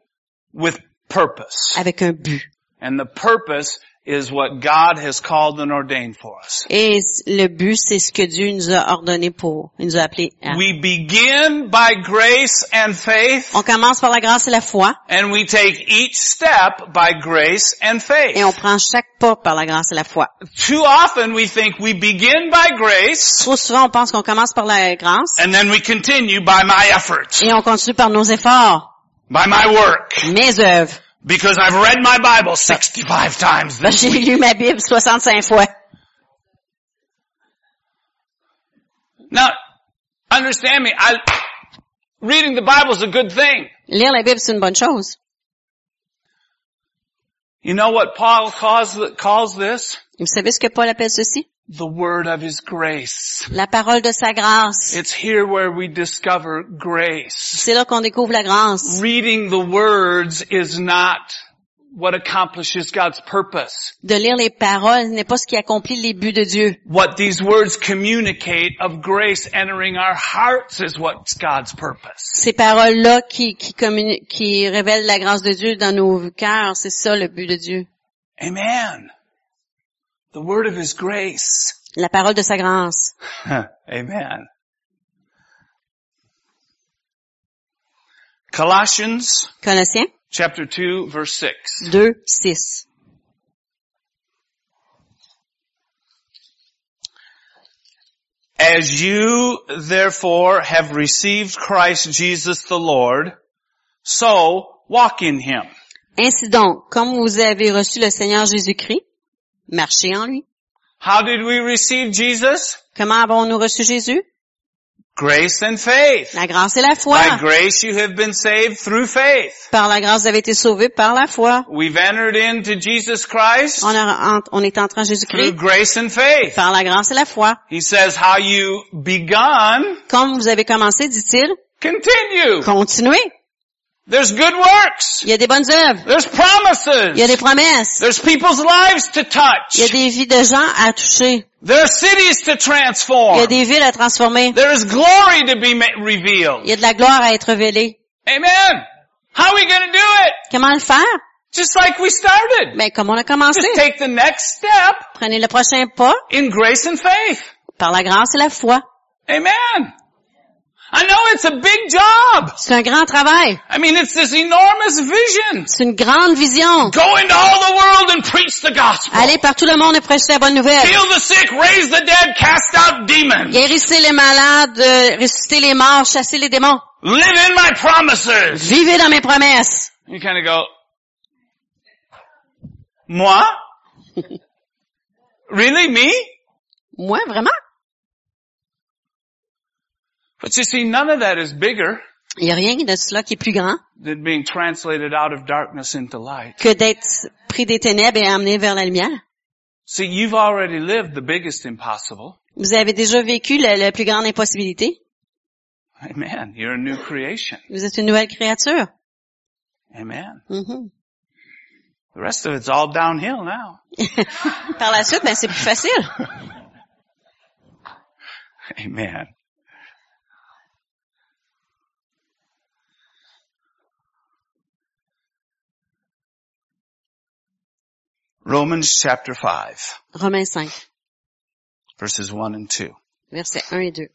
S1: with purpose.
S2: avec un but.
S1: And the purpose is what God has called and ordained for us.
S2: Et c- le but, c'est ce que Dieu nous a ordonné pour, il nous a appelé. à.
S1: We begin by grace and faith
S2: On commence par la grâce et la foi,
S1: and we take each step by grace and faith.
S2: et on prend chaque pas par la grâce et la foi.
S1: Too often we think we begin by grace
S2: Trop souvent, on pense qu'on commence par la grâce,
S1: and then we continue by my effort,
S2: et on continue par nos efforts,
S1: by my work,
S2: mes œuvres.
S1: because I've read my Bible 65 times.
S2: Ben, J'ai lu ma Bible 65 fois.
S1: Now, understand me, I, reading the Bible is a good thing.
S2: Lire la Bible, c'est une bonne chose.
S1: You know what Paul calls, calls this?
S2: Et Vous savez ce que Paul appelle ceci?
S1: The word of his grace.
S2: La parole de sa grâce.
S1: It's here where we discover grace.
S2: C'est là qu'on découvre la grâce.
S1: Reading the words is not what accomplishes God's purpose.
S2: De lire les paroles n'est pas ce qui accomplit les buts de Dieu.
S1: What these words communicate of grace entering our hearts is what's God's purpose.
S2: Ces paroles-là qui, qui, communi- qui révèlent la grâce de Dieu dans nos cœurs, c'est ça le but de Dieu.
S1: Amen. The word of his grace.
S2: La parole de sa grâce.
S1: Amen. Colossians
S2: Colossiens
S1: chapter 2 verse 6.
S2: 2, 6.
S1: As you therefore have received Christ Jesus the Lord, so walk in him.
S2: Ainsi donc, comme vous avez reçu le Seigneur Jésus-Christ, marchez en lui.
S1: How did we receive Jesus?
S2: Comment avons-nous reçu Jésus?
S1: Grace and faith.
S2: La grâce et la foi.
S1: By grace you have been saved through faith.
S2: Par la grâce, vous avez été sauvés par la foi.
S1: We've entered into Jesus Christ
S2: On, a- en- on est entré en
S1: through
S2: Jésus-Christ
S1: grace and faith.
S2: par la grâce et la foi.
S1: He says how you begun,
S2: Comme vous avez commencé, dit-il,
S1: continue.
S2: continuez.
S1: There's good works.
S2: Il y a des bonnes œuvres.
S1: There's
S2: Il y a
S1: promises.
S2: des promesses.
S1: There's people's lives to
S2: Il y a
S1: touch.
S2: des vies de gens à toucher.
S1: There are cities to
S2: Il y a
S1: transform.
S2: des villes à transformer.
S1: There is glory to be ma-
S2: Il y
S1: revealed.
S2: a de la gloire à être révélée.
S1: Amen. How are we going to do it?
S2: Comment le faire?
S1: Just like we started.
S2: Ben, comme on a commencé.
S1: Just take the next step
S2: Prenez le prochain pas
S1: in grace and faith.
S2: par la grâce et la foi.
S1: Amen. I know it's a big job.
S2: C'est un grand travail.
S1: I mean, it's this enormous vision.
S2: C'est une grande vision.
S1: Go into all the world and preach the gospel.
S2: Allez par tout le monde et prêchez la bonne nouvelle.
S1: Heal the sick, raise the dead, cast out demons.
S2: Guérissez les malades, euh, ressuscitez les morts, chassez les démons.
S1: Live in my promises.
S2: Vivez dans mes promesses.
S1: You kind of go, moi? really, me?
S2: Moi, vraiment?
S1: But you see, none of that is bigger
S2: Il n'y a rien de cela qui est plus grand
S1: than being translated out of darkness into light.
S2: que d'être pris des ténèbres et amené vers la lumière.
S1: See, you've already lived the biggest impossible.
S2: Vous avez déjà vécu la, la plus grande impossibilité.
S1: Amen. You're a new creation.
S2: Vous êtes une nouvelle créature.
S1: Amen.
S2: Mhm.
S1: The rest of it's all downhill now.
S2: Par la suite, ben, c'est plus facile.
S1: Amen. Romans chapter 5,
S2: Romains 5,
S1: verses 1 and 2.
S2: versets 1 et 2.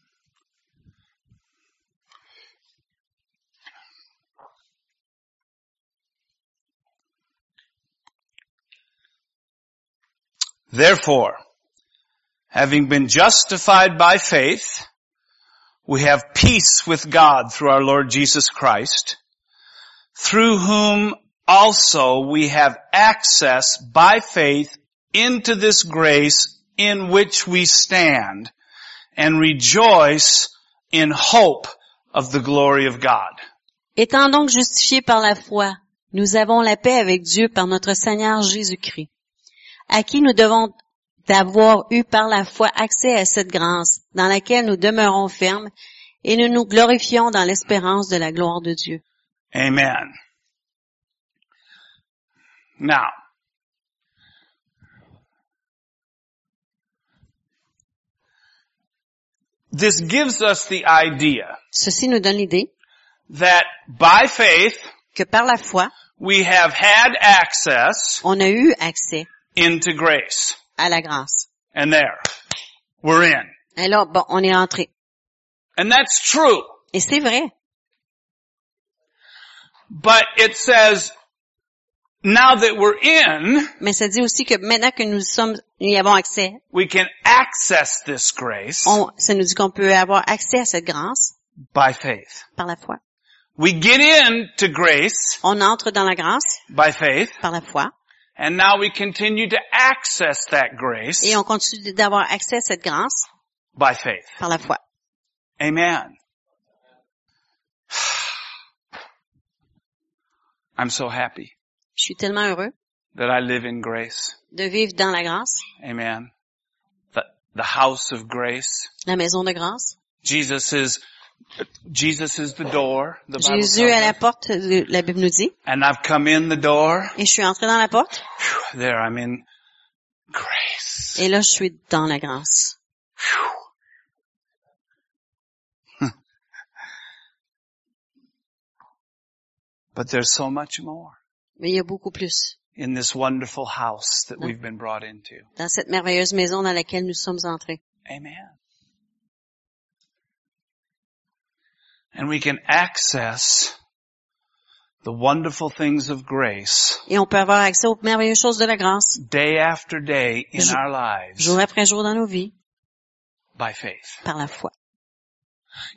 S1: Therefore, having been justified by faith, we have peace with God through our Lord Jesus Christ, through whom also we have access by faith into this grace in which we stand and rejoice in hope of the glory of God.
S2: Étant donc justifiés par la foi, nous avons la paix avec Dieu par notre Seigneur Jésus-Christ, à qui nous devons d'avoir eu par la foi accès à cette grâce dans laquelle nous demeurons fermes et nous nous glorifions dans l'espérance de la gloire de Dieu.
S1: Amen. Now, this gives us the idea
S2: Ceci nous donne l'idée
S1: that by faith
S2: que par la foi,
S1: we have had access
S2: on a eu accès
S1: into grace.
S2: à la grâce.
S1: And there, we're in.
S2: Et là, bon, on est entré.
S1: And that's true.
S2: Et c'est vrai.
S1: But it says, now that we're in,
S2: Mais ça dit aussi que maintenant que nous sommes, nous y avons accès,
S1: we can access this grace
S2: on, ça nous dit qu'on peut avoir accès à cette grâce
S1: by faith.
S2: par la foi.
S1: We get in to grace
S2: On entre dans la grâce
S1: by faith,
S2: par la foi
S1: and now we continue to access that grace
S2: et on continue d'avoir accès à cette grâce
S1: by faith.
S2: par la foi.
S1: Amen. I'm so happy
S2: Je suis tellement heureux
S1: that I live in grace.
S2: de vivre dans la grâce,
S1: Amen. The, the house of grace.
S2: la maison de grâce.
S1: Jesus is, Jesus is the door. The Bible
S2: Jésus
S1: tells
S2: à la
S1: us.
S2: porte, le- la Bible nous dit,
S1: And I've come in the door.
S2: et je suis entré dans la porte,
S1: Phew, There, I'm in grace.
S2: et là je suis dans la grâce.
S1: But there's so much more
S2: Mais il y a beaucoup plus
S1: in this wonderful house that we've been brought into.
S2: dans cette merveilleuse maison dans laquelle nous sommes entrés.
S1: Amen. And we can access the wonderful things of grace
S2: Et on peut avoir accès aux merveilleuses choses de la grâce,
S1: day after day in
S2: Jour-
S1: our lives
S2: jour après jour dans nos vies,
S1: by faith.
S2: par la foi.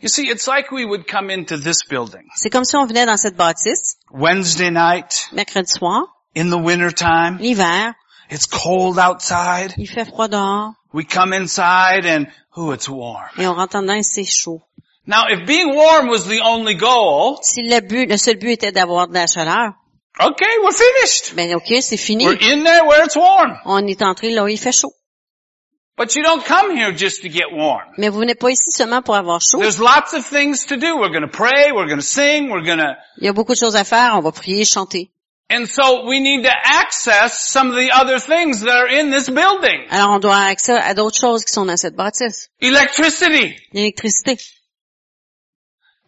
S1: You see, it's like we would come into this building
S2: C'est comme si on venait dans cette bâtisse,
S1: Wednesday night
S2: mercredi soir,
S1: in the winter time.
S2: l'hiver,
S1: It's cold outside.
S2: il fait froid dehors,
S1: We come inside and, ooh, it's warm.
S2: et on rentre dedans et c'est chaud.
S1: Now, if being warm was the only goal,
S2: Si le but, le seul but était d'avoir de la chaleur,
S1: okay, we're finished.
S2: ben ok, c'est fini.
S1: We're in there where it's warm.
S2: On est entré là où il fait chaud.
S1: But you don't come here just to get warm.
S2: Mais vous venez pas ici seulement pour avoir chaud.
S1: There's lots of things to do. We're going to pray. We're going to sing. We're going to,
S2: Il y a beaucoup de choses à faire. On va prier, chanter.
S1: and so we need to access some of the other things that are in this building.
S2: Alors on doit avoir accès à d'autres choses qui sont dans cette bâtisse.
S1: Electricity.
S2: L'électricité.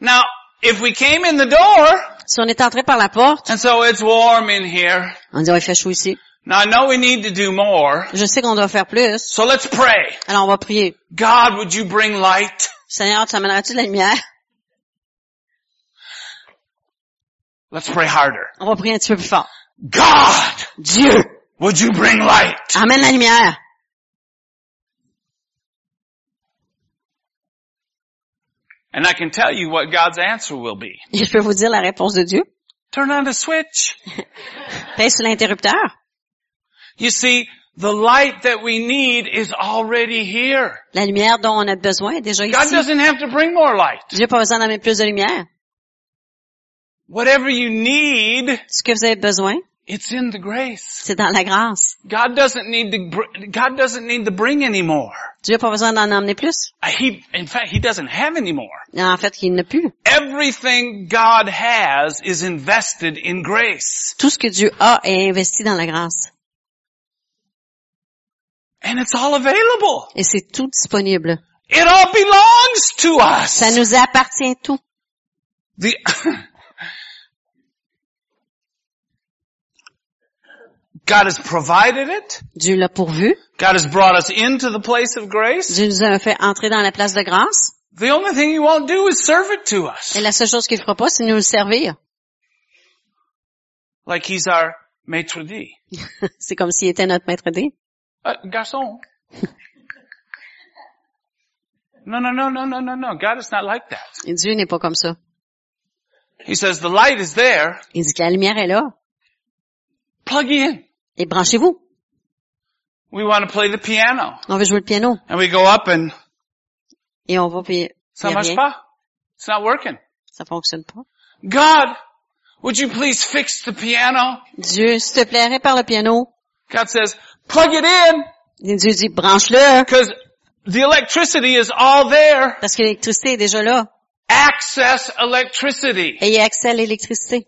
S1: Now, if we came in the door
S2: Si on est entré par la porte,
S1: and so it's warm in here.
S2: on dit oh, il fait chaud ici.
S1: Now I know we need to do more.
S2: Je sais qu'on doit faire plus.
S1: So let's pray.
S2: Alors on va prier.
S1: God, would you bring light?
S2: Seigneur, tu amèneras-tu de la lumière?
S1: Let's pray harder.
S2: On va prier un petit peu plus fort.
S1: God,
S2: Dieu,
S1: would you bring light?
S2: amène la lumière.
S1: And I can tell you what God's answer will be.
S2: Et je peux vous dire la réponse de Dieu.
S1: Turn on the switch.
S2: Pèse sur l'interrupteur.
S1: You see, the light that we need is already here.
S2: La lumière dont on a besoin est déjà
S1: God
S2: ici.
S1: doesn't have to bring more light.
S2: Dieu n'a pas besoin d'amener plus de lumière.
S1: Whatever you need,
S2: Ce que vous avez besoin,
S1: it's in the grace.
S2: c'est dans la grâce.
S1: God doesn't need to, br- God doesn't need to bring any more.
S2: Dieu n'a pas besoin d'en emmener plus.
S1: Uh, He, in fact, He doesn't have any more.
S2: En fait, il n'a plus.
S1: Everything God has is invested in grace.
S2: Tout ce que Dieu a est investi dans la grâce.
S1: And it's all available.
S2: Et c'est tout disponible.
S1: It all belongs to us.
S2: Ça nous appartient tout.
S1: The God has provided it.
S2: Dieu l'a pourvu.
S1: God has brought us into the place of grace.
S2: Dieu nous a fait entrer dans la place de grâce.
S1: The only thing He won't do is serve it to us.
S2: Et la seule chose qu'il fera pas, c'est nous le servir.
S1: Like He's our maître d'.
S2: C'est comme s'il était notre maître D.
S1: Uh, garçon. No, no, no, no, no, no, no. God is not like that.
S2: Et Dieu n'est pas comme ça.
S1: He says the light is there.
S2: Il dit que la lumière est là.
S1: Plug in.
S2: Et branchez-vous.
S1: We want to play the piano.
S2: On veut jouer le piano.
S1: And we go up and
S2: Et on va payer.
S1: ça marche
S2: rien.
S1: pas. It's not working.
S2: Ça fonctionne pas.
S1: God, would you please fix the piano?
S2: Dieu, s'il te plaît, répare le piano.
S1: God says, plug it in,
S2: Et Dieu dit, branche-le.
S1: because the electricity is all there.
S2: Parce que l'électricité est déjà là.
S1: Access electricity.
S2: Ayez accès à l'électricité.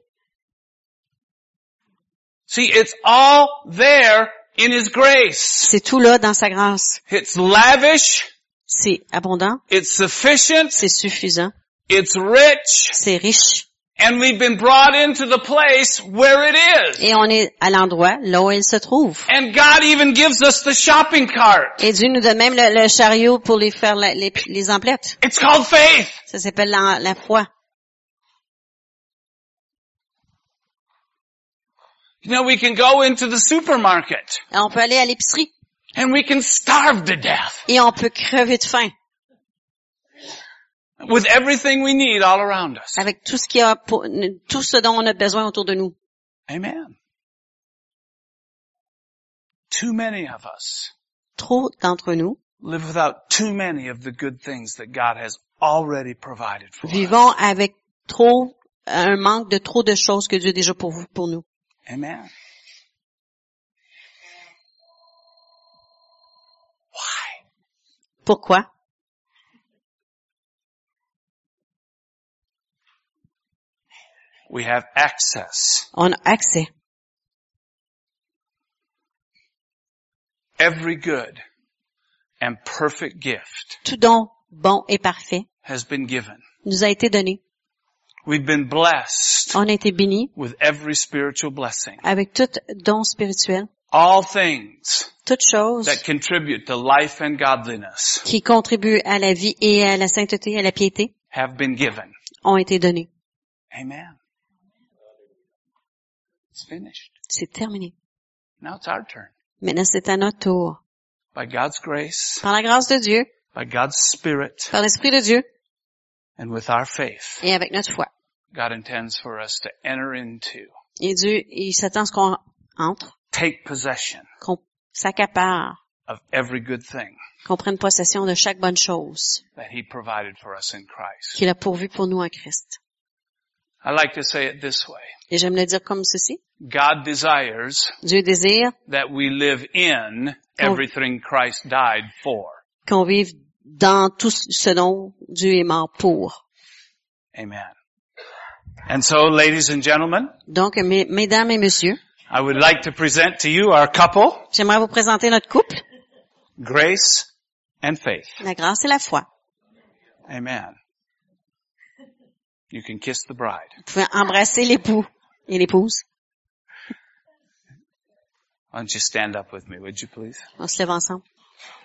S1: See, it's all there in His grace.
S2: C'est tout là dans sa grâce.
S1: It's lavish,
S2: C'est abondant,
S1: it's sufficient,
S2: c'est suffisant,
S1: it's rich,
S2: c'est riche
S1: And we've been brought into the place where it is.
S2: Et on est à l'endroit, là où il se trouve.
S1: And God even gives us the shopping cart.
S2: Et Dieu nous donne même le, le chariot pour les faire la- les, les emplettes.
S1: It's called faith.
S2: Ça s'appelle la, la foi.
S1: You know, we can go into the supermarket
S2: Et on peut aller à l'épicerie
S1: and we can starve to death
S2: et on peut crever de faim
S1: with everything we need all around us.
S2: avec tout ce qu'il y a pour- tout ce dont on a besoin autour de nous.
S1: Amen. Too many of us
S2: Trop d'entre nous
S1: live without too many of the good things that God has already provided for us.
S2: vivons avec trop un manque de trop de choses que Dieu a déjà pour vous, pour nous.
S1: Amen.
S2: Pourquoi?
S1: We have access.
S2: On a accès.
S1: Every good and perfect gift
S2: Tout don bon et parfait
S1: has been given.
S2: nous a été donné.
S1: We've been blessed
S2: On a été bénis
S1: with every spiritual blessing.
S2: avec tout don spirituel,
S1: All things
S2: toute chose
S1: that contribute to life and godliness
S2: qui contribue à la vie et à la sainteté, à la piété,
S1: have been given.
S2: ont été données.
S1: Amen. It's finished.
S2: C'est terminé.
S1: Now it's our turn.
S2: Maintenant, c'est à notre tour.
S1: By God's grace,
S2: Par la grâce de Dieu,
S1: by God's Spirit,
S2: par l'Esprit de Dieu
S1: and with our faith,
S2: et avec notre foi.
S1: God intends for us to enter into,
S2: Et Dieu, il s'attend à ce qu'on entre,
S1: take possession
S2: qu'on s'accapare,
S1: of every good thing
S2: qu'on prenne possession de chaque bonne chose
S1: that He provided for us in Christ.
S2: qu'il a pourvue pour nous en Christ.
S1: I like to say it this way.
S2: Et j'aime le dire comme ceci.
S1: God desires
S2: Dieu désire
S1: that we live in everything Christ died for.
S2: qu'on vive dans tout ce dont Dieu est mort pour.
S1: Amen. And so, ladies and gentlemen,
S2: Donc, mes- mesdames et messieurs,
S1: I would like to present to you our couple,
S2: j'aimerais vous présenter notre couple,
S1: grace and faith.
S2: la grâce et la foi.
S1: Amen. You can kiss the bride.
S2: Vous pouvez embrasser l'époux et l'épouse.
S1: Why don't you stand up with me, would you please?
S2: On se lève ensemble.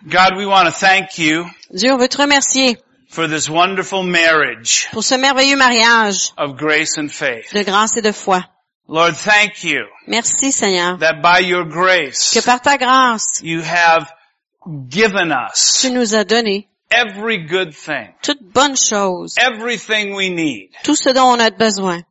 S1: God, we want to thank you
S2: Dieu, on veut te remercier
S1: for this wonderful marriage
S2: pour ce merveilleux mariage
S1: of grace and faith.
S2: de grâce et de foi.
S1: Lord, thank you
S2: Merci, Seigneur,
S1: that by your
S2: que
S1: grace,
S2: par ta grâce,
S1: you have given us
S2: tu nous as donné
S1: every good thing,
S2: toute bonne chose,
S1: everything we need.
S2: tout ce dont on a besoin.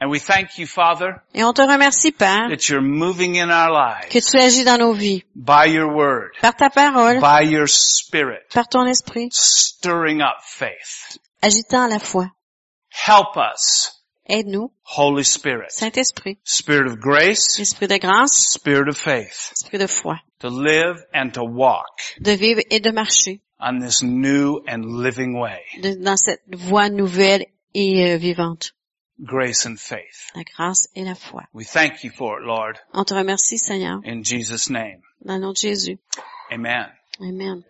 S1: And we thank you, Father,
S2: Et on te remercie, Père,
S1: that you're moving in our lives
S2: que tu agis dans nos vies,
S1: by your word,
S2: par ta parole,
S1: by your spirit,
S2: par ton esprit,
S1: stirring up faith.
S2: agitant la foi.
S1: Help us,
S2: Aide-nous,
S1: Holy Spirit,
S2: Saint-Esprit,
S1: Spirit of grace,
S2: Esprit de grâce,
S1: Spirit of faith,
S2: Esprit de foi,
S1: to live and to walk
S2: de vivre et de marcher
S1: on this new and living way,
S2: de- dans cette voie nouvelle et euh, vivante,
S1: grace and faith.
S2: la grâce et la foi.
S1: We thank you for it, Lord,
S2: On te remercie, Seigneur,
S1: in Jesus' name.
S2: dans le nom de Jésus.
S1: Amen.
S2: Amen.